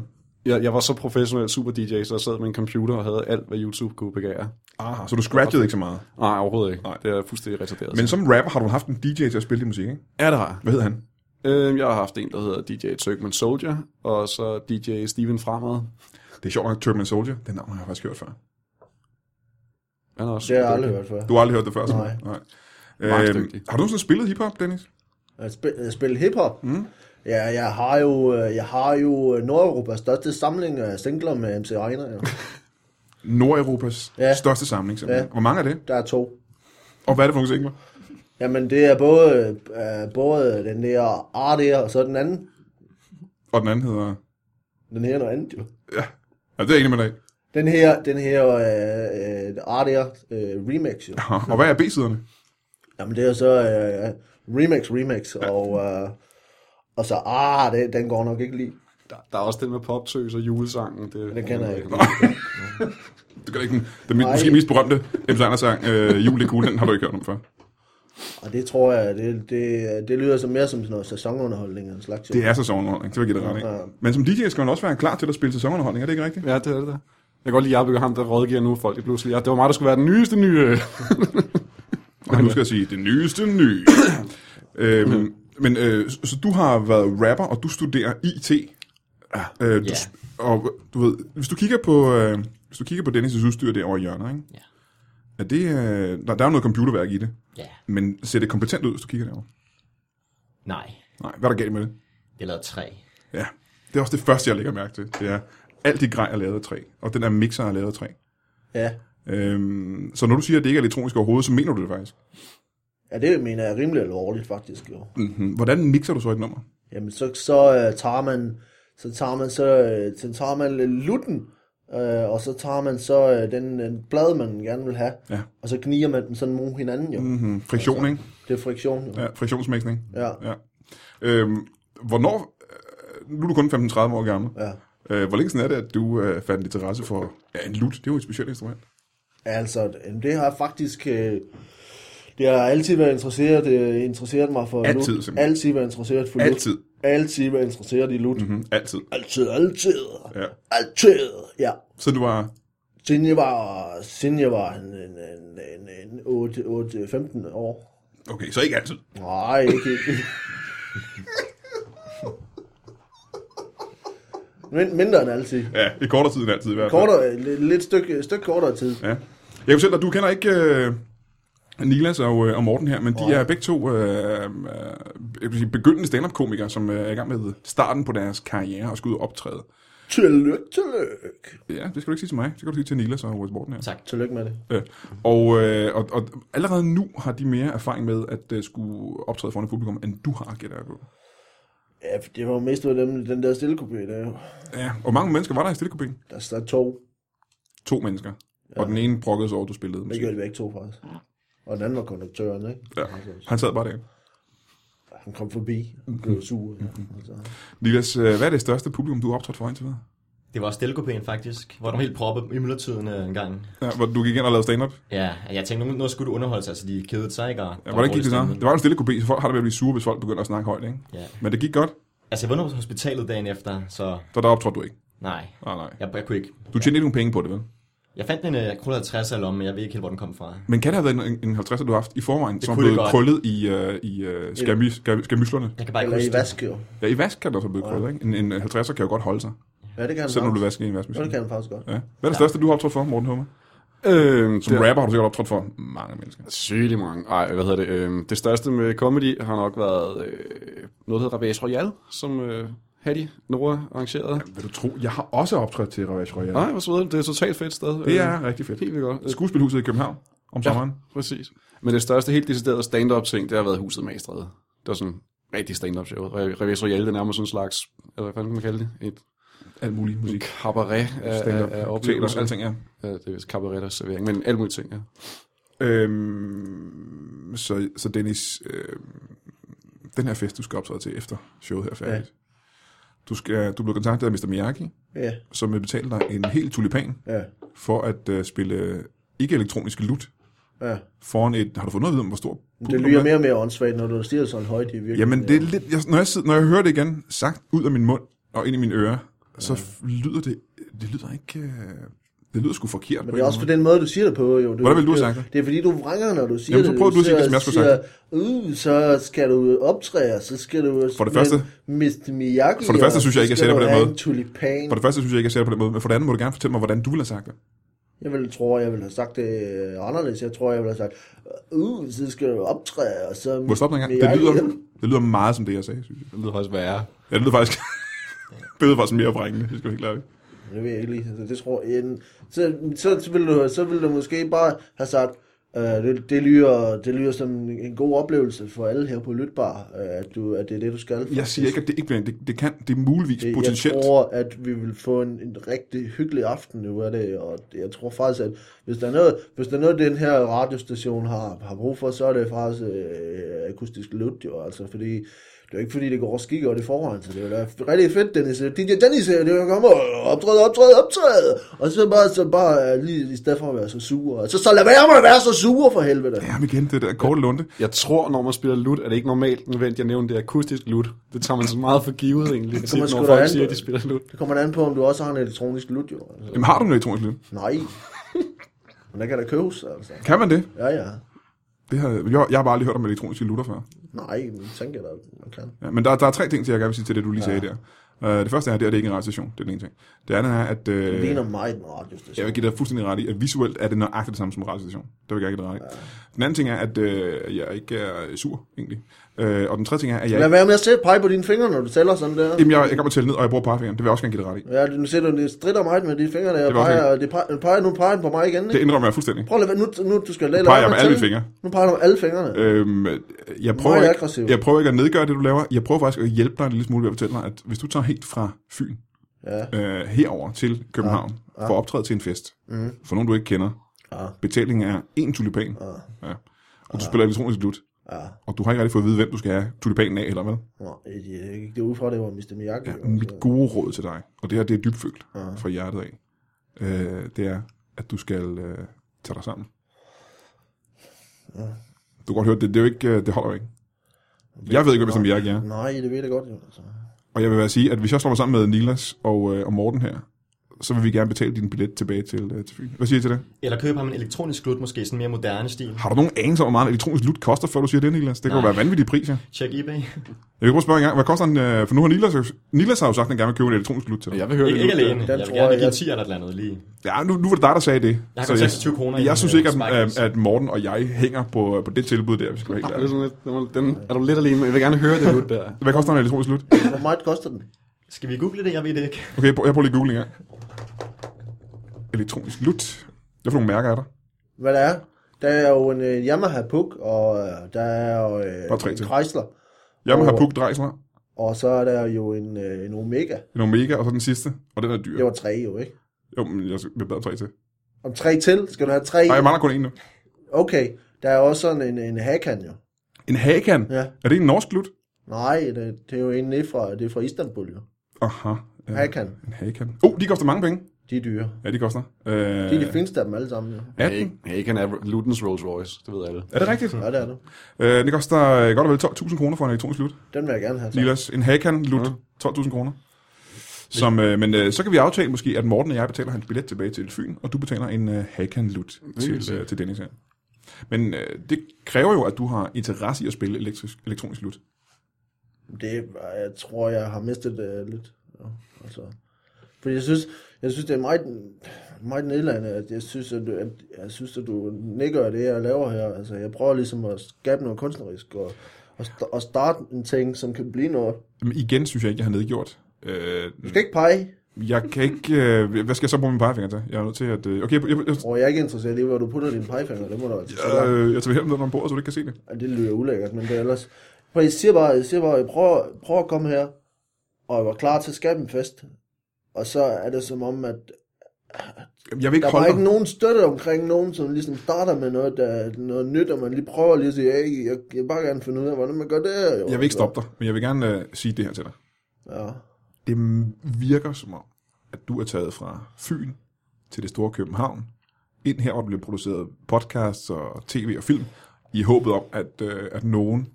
Jeg, jeg var så professionel super DJ, så jeg sad med en computer og havde alt, hvad YouTube kunne begære. Aha, Altså- så du scratchede ikke så meget. Nej, overhovedet ikke. Nej. Nej. Det er fuldstændig retarderet. Men som rapper har du haft en DJ til at spille din musik, ikke? er det her? Hvad hedder han? Øh, jeg har haft en, der hedder DJ Turkman Soldier, og så DJ Steven Fremad. Det er sjovt nok, Turkman Soldier. Det navn har jeg faktisk hørt før. Han er også Det har jeg super aldrig dygtig. hørt før. Du har aldrig hørt det før, så? Nej. Nej. Meget Øhm, dygtig. har du nogensinde spillet hiphop, Dennis? At spille, at spille hiphop? Mm. Ja, jeg har jo, øh, jeg har jo øh, Nordeuropas største samling af singler med MC Ejner. jo. Nordeuropas ja. Ja. største samling, simpelthen. Ja. Ja. Hvor mange er det? Der er to. Og hvad er det for nogle singler? Jamen, det er både, øh, både den der R der, og så den anden. Og den anden hedder... Den her og noget andet, jo. Ja, det er jeg enig med dig. i. Den her, den her øh, øh, R der øh, remix, jo. Og hvad er B-siderne? Jamen, det er så øh, remix, remix, og, øh, og så, ah, det, den går nok ikke lige. Der, der er også den med popsøs og julesangen. Det, Den kender (laughs) jeg ikke. Det gør ikke den, den mi- Nej. måske mest berømte M. Sanders sang, øh, Jul i Kugle, den har du ikke hørt om før. Og det tror jeg, det, det, det lyder som mere som sådan noget sæsonunderholdning eller en slags. Det er sæsonunderholdning, det vil jeg give dig ret i. Ja. Men som DJ skal man også være klar til at spille sæsonunderholdning, er det ikke rigtigt? Ja, det er det der. Jeg kan godt lide, at jeg er ham, der rådgiver nu folk. Det, pludselig. Ja, det var mig, der skulle være den nyeste nye. (laughs) Og nu skal jeg sige, det nyeste nye. øhm, men øh, så, så du har været rapper, og du studerer IT. Øh, du, Ja. Og du ved, hvis du kigger på, øh, hvis du kigger på Dennis' udstyr derovre i hjørnet, ikke? Ja. Er det, øh, der, der er jo noget computerværk i det, Ja, men ser det kompetent ud, hvis du kigger derovre? nej. Nej, hvad er der galt med det? Jeg lavede tre. Ja, det er også det første, jeg lægger mærke til. Det er, alt dit grej er lavet af træ, og den der mixer er lavet af træ. Ja. Øhm, så når du siger, at det ikke er elektronisk overhovedet, så mener du det faktisk. ja, det mener jeg er rimelig alvorligt faktisk. Jo. Mm-hmm. Hvordan mixer du så et nummer? Jamen, så, så øh, tager man, så tager man, så, øh, så tager man lutten, øh, og så tager man så øh, den, den blad, man gerne vil have, Ja. og så gniger man dem sådan mod hinanden jo. Mm. Mm-hmm. Friktion, ikke? Det er friktion jo. Ja, friktionsmixning. Ja. Ja. Øhm, hvornår... øh, Nu er du kun 15-30 år gammel. ja. Øh, hvor længe siden er det, at du øh, fandt interesse for ja, en lut? Det er jo et specielt instrument. Altså, jamen, det har faktisk... Øh, det har altid været interesseret, øh, interesseret mig for Altid, lut. simpelthen. Altid været interesseret for Altid. lut. Altid været interesseret i lut. Mm-hmm. Mm, altid. Altid, altid. Ja. Altid, ja. Så du var... Siden jeg var, siden jeg var en, en, en, en, en 8, 8, 15 år. Okay, så ikke altid. Nej, ikke. ikke. Men, mindre end altid. Ja, i kortere tid end altid i hvert fald. Kortere, lidt, lidt stykke, stykke kortere tid. Ja. Jeg kan fortælle dig, du kender ikke øh, Nilas og, øh, og Morten her, men de er begge to øh, øh, jeg vil sige, begyndende stand-up-komikere, som øh, er i gang med starten på deres karriere og skal ud og optræde. Tillykke, tillykke. Ja, det skal du ikke sige til mig. Det skal du sige til Nilas og øh, Morten her. Tak. Tillykke med det. Øh, og, øh, og, og allerede nu har de mere erfaring med at øh, skulle optræde foran et publikum, end du har, gætter jeg på. Ja, for det var jo mest af dem, den der stillekopé der. jo. Ja, og mange mennesker var der i stillekopien. Der stod to. To mennesker. Ja. Og den ene brokkede sig over, at du spillede Det musik. gjorde de ikke to, faktisk. Og den anden var konduktøren, ikke? Ja. Han sad bare der. Han kom forbi og blev sur. Ja. Altså, Nilas, øh, hvad er det største publikum, du har optrådt for indtil videre? Det var også Delcopéen faktisk, hvor de var helt proppet i myldretiden øh, en gang. Ja, hvor du gik ind og lavede stand-up? Ja, jeg tænkte, nu, nu skulle du underholde sig, så de kedede sig, ikke? Og Ja, hvordan gik det så? Det var jo en stille kopi, så folk har det ved at blive sure, hvis folk begynder at snakke højt, ikke? Ja. Men det gik godt, Altså, jeg vågnede på hospitalet dagen efter, så så der optrådte du ikke. nej. Nej, nej. Jeg, jeg kunne ikke. Du tjente ikke nogen penge på det, vel? Jeg fandt en øh, kroner 50 eller om, men jeg ved ikke helt, hvor den kom fra. Men kan det have været en, en 50'er, du har haft i forvejen, som er kunne det blevet godt. krøllet i, øh, i øh, skamy- skamy- skamyslerne? Jeg kan bare ikke Eller i huske det. vask, jo. Ja, i vask kan der så blive krøllet, ikke? En, en 50'er kan jo godt holde sig, Ja, det kan han selv når du faktisk. vasker i en Ja, det vaskemaskine. kan han faktisk godt. Ja. Hvad er det største, du har optrådt for, Morten Hummer? øhm, Som rapper har du sikkert optrådt for mange mennesker. Sygt mange. Ej, hvad hedder det? Øhm, det største med comedy har nok været øh, noget, der hedder Ravage Royale, som øh, Hattie Nora arrangerede. Vil du tro, jeg har også optrådt til Ravage Royale? Nej, hvor svedigt. Det er et totalt fedt sted. Det Øh, er rigtig fedt. Helt vildt godt. Øh, Skuespilhuset i København om sommeren. Præcis. Men det største, helt decideret stand-up ting, det har været Huset Magstræde. Det var sådan en rigtig stand-up show. Revis Royale, det er nærmest sådan en slags, eller hvad fanden kan man kalde det? Et Alt muligt musik. cabaret af, Stand-up, af, af teater, oplevelser. alting, ja. Ja, det er vist cabaret og servering, men alle mulige ting, ja. Øhm, så, så Dennis, øh, den her fest, du skal optræde til efter showet her er færdigt. Ja. Du, skal, du blev kontaktet af Mr. Miyagi, Ja, som vil betale dig en hel tulipan ja, for at øh, spille ikke-elektronisk lut ja. foran et... Har du fået noget at vide om, hvor stor Det publikum lyder er? mere og mere åndssvagt, når du stiger sådan højt i virkeligheden. Jamen, det er lidt, jeg, når, jeg, sidder- når jeg hører det igen, sagt ud af min mund og ind i mine ører, så f- lyder det... Det lyder ikke... øh, Det lyder sgu forkert. Men det er også for den måde, du siger det på, jo. Du, Hvordan ville du have sagt det? Det er fordi, du vranger, når du siger Jamen, så det. prøv du at sige det, som jeg skulle have sagt. Uh, så skal du optræde, og så skal du... For det første- Mr. Miyagi, For det første synes jeg ikke, jeg ser det på den måde. En tulipan. For det første synes jeg ikke, jeg ser det på den måde, men for det andet må du gerne fortælle mig, hvordan du ville have sagt det. Jeg vil, tror, jeg ville have sagt det øh, anderledes. Jeg tror, jeg ville have sagt, uh, så skal du optræde, og så... Må jeg stoppe dig en gang? Det lyder, det lyder meget som det, jeg sagde, synes jeg. Det lyder faktisk værre. Ja, det lyder (laughs) faktisk, det lyder faktisk mere brængende, det skal vi ikke lade. Det ved jeg ikke lige. Altså, det tror jeg... en- Så, så, så, ville du, så ville du måske bare have sagt, øh, det, det, lyder, det lyder som en god oplevelse for alle her på Lytbar, øh, at, du, at det er det, du skal. Jeg siger ikke, at det ikke bliver en- det, det kan, det er muligvis det, Det- potentielt. Jeg Tror... tror, at vi vil få en, en rigtig hyggelig aften nu af det, og jeg tror faktisk, at hvis der er noget, hvis der er noget den her radiostation har, har brug for, så er det faktisk øh, akustisk løft, jo, altså, fordi det er jo ikke fordi, det går skik godt i forvejen, så det er jo da rigtig fedt, Dennis. DJ Dennis, det er jo kommer optræde, optræde, optræde, og så bare, så bare øh, lige i stedet for at være så sur, altså, så, så lad være med at være så sur for helvede. Jamen igen, det der korte lunde. Jeg tror, når man spiller lut, er det ikke normalt nødvendigt at nævne det er akustisk lut. Det tager man så meget for givet egentlig, man når sgu da folk an siger, på. at de spiller lut. Det kommer an på, om du også har en elektronisk lut, jo. Altså. Jamen har du en elektronisk lyd? Nej. Men der kan da købes, altså. Kan man det? Ja, ja. det har, jeg, jeg har bare aldrig hørt om elektroniske lutter før. Nej, men tænker jeg da, man kan. Ja, men der, der er tre ting, til jeg gerne vil sige til det, du lige ja. sagde der. Uh, det første er, det er, det er ikke en radiostation. Det er den ene ting. Det andet er, at... Det Uh, ligner meget en jeg radiostation. vil give dig fuldstændig ret i, at visuelt er det nøjagtigt det samme som en radiostation. Det vil jeg ikke give dig ret i. Den anden ting er, at øh, jeg ikke er sur, egentlig. Øh, og den tredje ting er, at jeg Lad ikke... være med at sætte pege på dine fingre, når du tæller sådan der. Jamen, jeg, jeg kommer til at tælle ned, og jeg bruger pegefingeren. Det vil jeg også gerne give dig ret i. Ja, nu ser du, det strider meget med dine fingre der. Det Det var peger, det peger, peger, nu peger den på mig igen, Det ikke? indrømmer jeg fuldstændig. Prøv at lade, være- nu, nu du skal lade Peger jeg med med at alle tælle. fingre? Nu peger du med alle fingrene. Øhm, jeg, prøver Meget ikke, aggressiv. jeg prøver ikke at nedgøre det, du laver. Jeg prøver faktisk at hjælpe dig en lille smule ved at fortælle dig, at hvis du tager helt fra Fyn Ja. øh, herover til København ja. for at optræde til en fest, mm. for nogen du ikke kender, Ja. betalingen er en tulipan, ja. Ja. og du spiller elektronisk lut, Ja. og du har ikke rigtig fået at vide, hvem du skal have tulipanen af, eller hvad? Nå, det er ikke det er ud fra, det var Mr. Miyagi. Ja, Mit gode råd til dig, og det her det er dybfølt fra hjertet af, øh, det er, at du skal øh, tage dig sammen. Du kan godt høre, det, det, er jo ikke, øh, det holder jo ikke. Jeg ved ikke, hvem som jeg er. Nej, det ved jeg da godt, jo. Altså. Og jeg vil bare sige, at hvis jeg slår mig sammen med Niklas og, øh, og Morten her, så vil vi gerne betale din billet tilbage til, øh, til Fyn. Hvad siger I til det? Eller købe ham en elektronisk slut, måske sådan mere moderne stil. Har du nogen anelse om, hvor meget en elektronisk lut koster, før du siger det, Niklas? Det kan jo Nej. være vanvittige priser. Check eBay. (laughs) Jeg vil prøve at spørge en gang, hvad koster den? øh, For nu har Niklas, jo- Niklas har jo sagt, at han gerne vil købe en elektronisk lut til dig. Jeg vil høre ikke, det ikke lut. alene. Jeg vil tror gerne jeg- give en 10 eller et eller andet lige. Ja, nu, nu var det dig, der sagde det. Jeg har Så kun 26 kroner i Jeg den, synes øh, ikke, at, Sparkasse. øh, at Morten og jeg hænger på, øh, på det tilbud der, vi skal være helt Det er ærlige. sådan lidt, den, var- den, er du lidt alene, men jeg vil gerne høre det lut der. Hvad koster en elektronisk lut? Hvor meget koster den? Skal vi google det? Jeg ved det ikke. Okay, jeg prøver, jeg prøver lige at google en gang. Elektronisk lut. Hvad for nogle mærker er der? Hvad der er? Der er jo en uh, Yamaha Puk, og uh, der er jo Bare uh, tre en til. Chrysler, Jamen har Over. Puk Dreisler, og så er der jo en, uh, en Omega. en Omega, og så den sidste, og den er dyr. Det var tre jo, ikke? Jo, men jeg vil bedre tre til. Om tre til? Skal du have tre? Nej, jeg mangler kun en nu. Okay, der er også sådan en, en Hakan jo. En Hakan? Ja. Er det en norsk lut? Nej, det, det er jo en nede fra, det er fra Istanbul jo. Aha. Ja, Hakan, En Hakan. Oh, de koster mange penge. de er dyre. Ja, de koster. Øh, De er de fineste af dem alle sammen jo. 18. Hey, hey, kan er Lutens Rolls Royce, det ved alle. Er det rigtigt? Ja, det er det. Øh, det koster øh, godt og vel 12.000 kroner for en elektronisk lut. Den vil jeg gerne have. Så. Lilas, en Hakan lut. 12.000 kroner. Som, øh, men øh, så kan vi aftale måske, at Morten og jeg betaler hans billet tilbage til Fyn, og du betaler en øh, Hakan-lut til, øh, til Dennis her. Men øh, det kræver jo, at du har interesse i at spille elektrisk, elektronisk lut. Det, var- jeg tror, jeg har mistet det uh, lidt. Ja, altså. Fordi jeg synes, jeg synes, det er meget, meget nedladende, at jeg synes, at, du- at jeg synes, at du nikker af det, jeg laver her. Altså, jeg prøver ligesom at skabe noget kunstnerisk, og, og, sta- og starte en ting, som kan blive noget. Men igen synes jeg ikke, jeg har nedgjort. Øh, Du skal ikke pege, Jeg kan ikke... Øh, hvad skal jeg så bruge min pegefinger til? Jeg er nødt til at... Øh, okay, jeg, jeg, jeg, og jeg er ikke interesseret i, hvor du putter dine pegefinger. Det må du altså jeg, øh, jeg tager hen under bordet, så du ikke kan se det. Ja, det lyder ulækkert, men det er ellers... Prøv, jeg siger bare, jeg siger bare, prøv, prøv at komme her, og jeg var klar til at skabe en fest. Og så er det som om, at Jamen, Jeg vil ikke der var holde ikke dig. nogen støtte omkring nogen, som ligesom starter med noget, der, noget nyt, og man lige prøver lige at sige, hey, jeg, jeg vil bare gerne finde ud af, hvordan man gør det. her, Jo. Jeg vil ikke stoppe dig, men jeg vil gerne øh, sige det her til dig. Ja. Det virker som om, at du er taget fra Fyn til det store København, ind her, hvor der bliver produceret podcasts og tv og film, i håbet om, at, øh, at nogen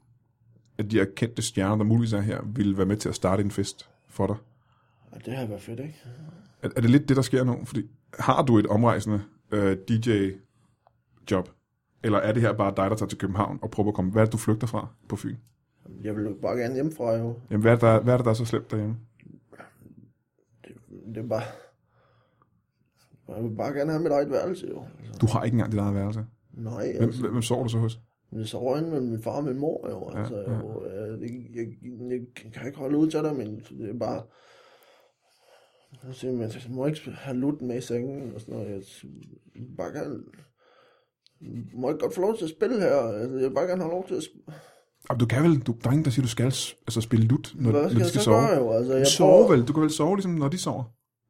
af de erkendte stjerner, der muligvis er her, vil være med til at starte en fest for dig. Og det har været fedt, ikke? Er, er det lidt det, der sker nu? Fordi har du et omrejsende øh, DJ-job? Eller er det her bare dig, der tager til København og prøver at komme? Hvad er det, du flygter fra på Fyn? Jeg vil jo bare gerne hjemmefra, jo. Jamen, hvad er det, der, hvad er, det, der er så slemt derhjemme? Det er bare... Jeg vil bare gerne have mit eget værelse, jo. Altså. Du har ikke engang dit eget værelse. Nej, Hvem, altså. hvem, hvem sover du så hos? Men så røg med min far og min mor, jo. Altså, ja, ja. Jo, øh, jeg, jeg, jeg, kan ikke holde ud til det, men det er bare... Jeg siger, men altså, jeg må ikke have lut med i sengen og sådan noget. Jeg vil bare gerne... Må ikke godt få lov til at spille her? Altså, jeg vil bare gerne have lov til at sp- Jamen, du kan vel, du, der er ingen, der siger, du skal s- altså, spille lut, når, Hvad når skal du jeg skal så sove. gøre, jo? Altså, jeg Du sover vel? Du kan vel sove, ligesom når de sover.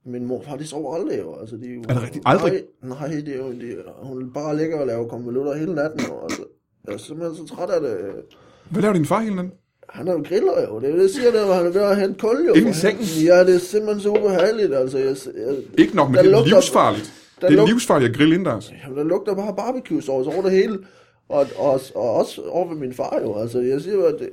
Min mor og far, de sover aldrig, jo. Altså, de er, jo Er det rigtigt? Aldrig? Nej, nej det er jo... Det er, hun bare ligger og laver konvolutter hele natten, jo. Altså, jeg er simpelthen så træt af det. Hvad laver din far hele natten? Han er jo griller jo, det er jo det, jeg siger, der, hvor han er ved at hente kul jo. Inde i sengen? Ja, det er simpelthen så ubehageligt, altså. Jeg, jeg, Ikke nok, men Der det er lugter- livsfarligt. der Det er lugter- livsfarligt at grille indendørs. Jamen, der lugter bare barbecue sauce over det hele. Og, og, og også over ved min far jo. Altså, jeg siger bare, det,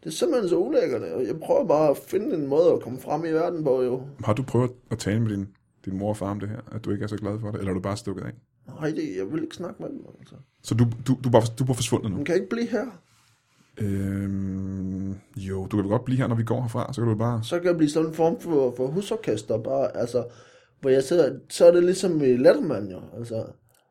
det er simpelthen så ulækkert. og Jeg prøver bare at finde en måde at komme frem i verden på jo. Har du prøvet at tale med din, din mor og far om det her, at du ikke er så glad for det, eller er du bare stukket af? Nej, det, jeg vil ikke snakke med dem. Altså. Så du, du, du, er bare, du er bare forsvundet nu? Hun kan ikke blive her. Øhm, jo, du kan vel godt blive her, når vi går herfra, så kan du bare... Så kan jeg blive sådan en form for, for husorkester. Bare, altså, hvor jeg sidder, så er det ligesom i Letterman jo. Altså,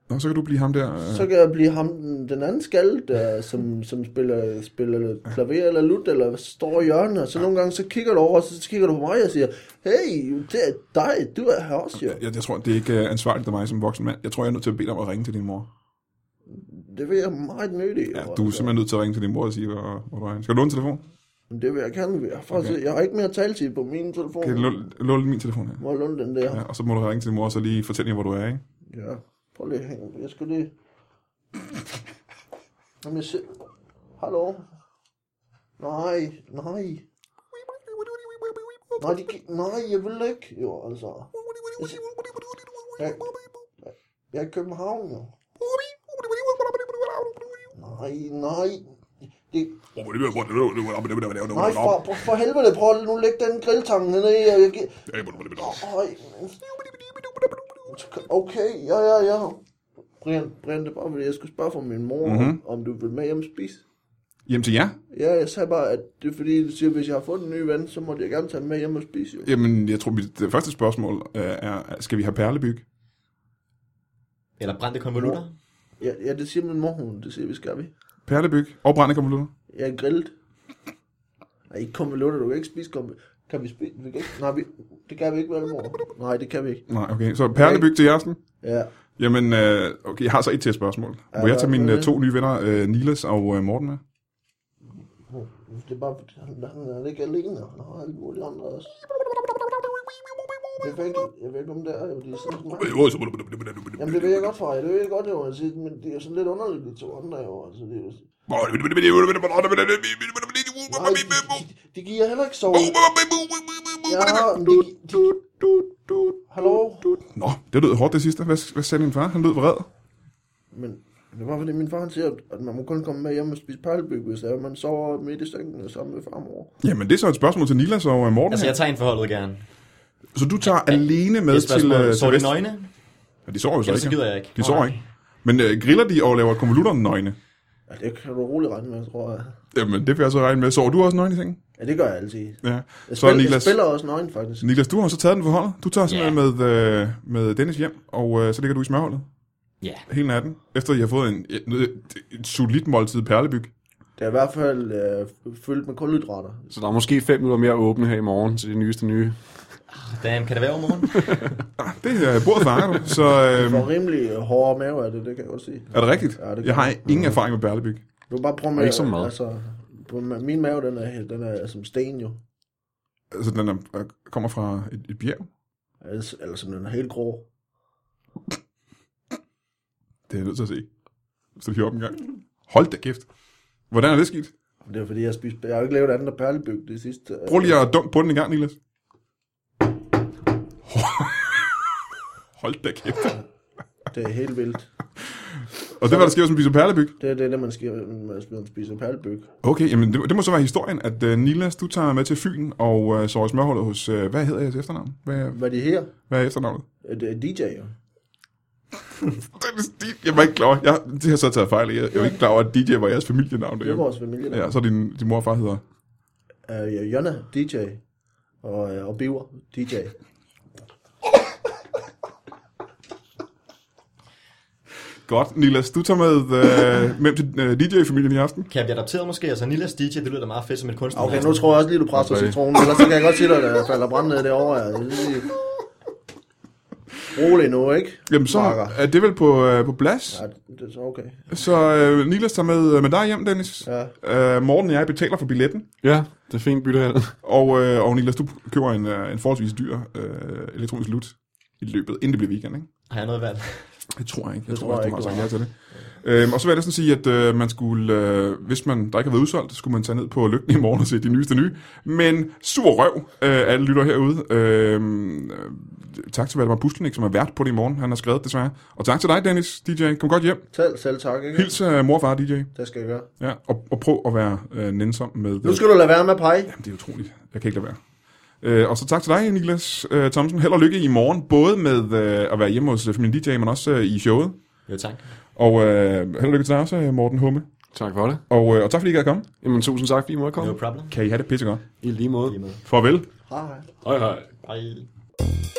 Nå, så kan du blive ham der... Øh, så kan jeg blive ham, den- den anden skald, der, som, som spiller, spiller klaver eller lut, eller står i hjørnet, og så nogle gange, så kigger du over, og så kigger du på mig og siger, hey, det er dig, du er her også, jo. jeg, jeg tror, det er ikke øh, ansvarligt af mig som voksen mand. Jeg tror, jeg er nødt til at bede dig om at ringe til din mor. Det vil jeg meget nødig. Ja, du er simpelthen nødt til at ringe til din mor og sige, hvor, hvor du er. henne. Skal du låne telefon? Det vil jeg gerne. Jeg har, faktisk, okay. jeg har ikke mere taletid på min telefon. Kan jeg låne- låne min telefon her? Må jeg låne den der? Ja, Ja. og så må du ringe til din mor og så lige fortælle hende, hvor du er, ikke? ja. Prøv lige at hænge. Jeg skal lige... Jamen, jeg ser... Hallo? Nej, nej. Nej, de... gi- nej, jeg vil ikke, jo, altså. Jeg, jeg er i København, jo. Nej, nej. Det, nej, for, for, for helvede, prøv at nu læg den grilltangen ned i. og Jeg, gi- Øj, Okay, ja, ja, ja. Brian, Brian, det er bare fordi, jeg skulle spørge for min mor, mm-hmm. om du vil med hjem og spise. Hjem til jer? Ja, jeg sagde bare, at det er fordi, du siger, at hvis jeg har fået en ny ven, så må jeg gerne tage den med hjem og spise. Jo. Jamen, jeg tror, mit det første spørgsmål øh, er, skal vi have perlebyg? Eller brændte konvolutter? Ja, ja, det siger min mor, hun. Det siger vi, skal vi. Perlebyg og brændekonvolutter? Jeg er grillet. Nej, ikke konvolutter, du kan ikke spise konvolutter. Kan vi spise? Vi kan ikke. Nej, vi, det kan vi ikke, vel, mor? Nej, det kan vi ikke. Nej, okay. Så perlebyg til Jørgensen? Ja, Jamen, øh, okay, jeg har så et til et spørgsmål. Må jeg tage mine øh, to nye venner, øh, Niles og øh, Morten, med? det er bare, fordi han, han er ikke alene. Han har alle mulige andre også. Jeg ved ikke, jeg ved ikke om det er, fordi sådan snakker. Jamen det ved jeg godt, far. Det ved jeg godt, jo. Altså, men det er jo sådan lidt underligt, de to andre, jo. Altså, det er jo... Nej, de, de, de giver heller ikke sove. Jeg har... De, de, hallo? Nå, det lød hårdt det sidste. Hvad, hvad sagde din far? Han lød vred. Men det var fordi min far han siger, at man må kun komme med hjem og spise perlebyg, hvis det er, at man sover midt i sengen sammen med farmor. Jamen, det er så et spørgsmål til Nilas og øh, Morten. Altså, Altså, jeg tager en forholdet gerne. Så du tager alene med Det er til... et spørgsmål. Øh, så til er det vest- nøgne? Ja, de sover jo så Ellers ikke. så gider jeg ikke. De sover Nej. ikke. Men øh, griller de og laver konvolutterne nøgne? Ja, det kan du roligt regne med, tror jeg. Jamen, det vil jeg så regne med. Sover du også nøgen i sengen? Ja, det gør jeg altid. Ja. Jeg Så er spiller, jeg Niklas, spiller også nøgen, faktisk. Niklas, du har så taget den for hånden. Du tager simpelthen Ja. med, øh, med Dennis hjem, og øh, så ligger du i smørhullet Ja. hele natten, efter I har fået en, en, en solidt måltid perlebyg. Det er i hvert fald øh, fyldt med kulhydrater. Så der er måske fem minutter mere åbne her i morgen til det nyeste nye. Damn, kan det være over morgen? Ah, det er bordet fanger du, så øh, Og rimelig hårde mave er det, det kan jeg også sige. er det rigtigt? Ja, det kan jeg har ingen erfaring med perlebyg. Du kan bare prøve med, ikke så meget. altså, på, min mave, den er, den er som sten jo. Altså, den er, kommer fra et, et bjerg. Altså, eller som den er helt grå. Det er jeg nødt til at se. Så de op en gang. Hold da kæft. Hvordan er det sket? Det er fordi, jeg, spiste, jeg har ikke lavet andet end perlebyg det sidste. øh, Prøv lige at dumpe på den en gang, Niklas. (laughs) Hold da kæft. Det er helt vildt. Og det var der sker, som spiser perlebyg. Det er det, der man sker, når man spiser perlebyg. Okay, jamen det, det må så være historien, at uh, Nilas, du tager med til Fyn og uh, sover i smørhullet hos... Uh, hvad hedder jeres efternavn? Hvad, er- Hvad er det her? hvad er efternavnet? Øh, Det er DJ jo. Dennis DJ. Jeg var ikke klar over... Jeg, det har jeg så taget fejl i. Jeg, jeg var ikke klar over, at DJ var jeres familienavn Det er derhjemme. vores familie. Ja. Ja, så din, din mor og far hedder... Øh, Jonna, DJ. Og, øh, og Biver, DJ. Godt, Nilas, du tager med, uh, med til uh, DJ-familien i aften. kan jeg blive adopteret måske? Altså, Nilas DJ, det lyder da meget fedt som et kunstner. Okay, nu tror jeg også lige, du presser Okay. citronen, ellers så kan jeg godt sige dig, at der falder brand ned derovre. Jeg vil sige, Rolig nu, ikke? Jamen, så Marker. er det vel på, øh, på plads. Ja, det er så okay. Så øh, Niklas tager med, med dig hjem, Dennis. Ja. Øh, Morten og jeg betaler for billetten. Ja, det er fint bytte her. Og, øh, og Niklas, du køber en, øh, en forholdsvis dyr øh, elektronisk lut i løbet, inden det bliver weekend, ikke? Har jeg noget valg? Det tror jeg ikke. Jeg Det tror, tror tror jeg ikke, du har ikke, sagt du ja til det. Øhm, og så vil jeg næsten sige, at øh, man skulle, øh, hvis man, der ikke har været udsolgt, skulle man tage ned på lygten i morgen og se de nyeste nye. Men sur røv, øh, alle lytter herude. Øhm, Øh, tak til Valdemar Puslenik, som er vært på det i morgen. Han har skrevet desværre. Og tak til dig, Dennis, DJ. Kom godt hjem. Selv, selv tak, ikke? Hils øh, mor og far, DJ. Det skal jeg gøre. Ja, og, og prøv at være øh, nænsom med... Nu skal du lade være med at pege. Jamen, det er utroligt. Jeg kan ikke lade være. Øh, og så tak til dig, Niklas øh, Thomsen. Held og lykke i morgen, både med øh, at være hjemme hos øh, familien DJ, men også øh, i showet. Jo, tak. Og øh, held og lykke til dig også, øh, Morten Humme. Tak for det. Og, øh, og tak fordi I gad komme. Jamen, tusind tak, fordi I måtte komme. No problem. Kan I have det pissegodt. I lige måde. Lige med. Farvel. Hej. Hej, hej. Hej.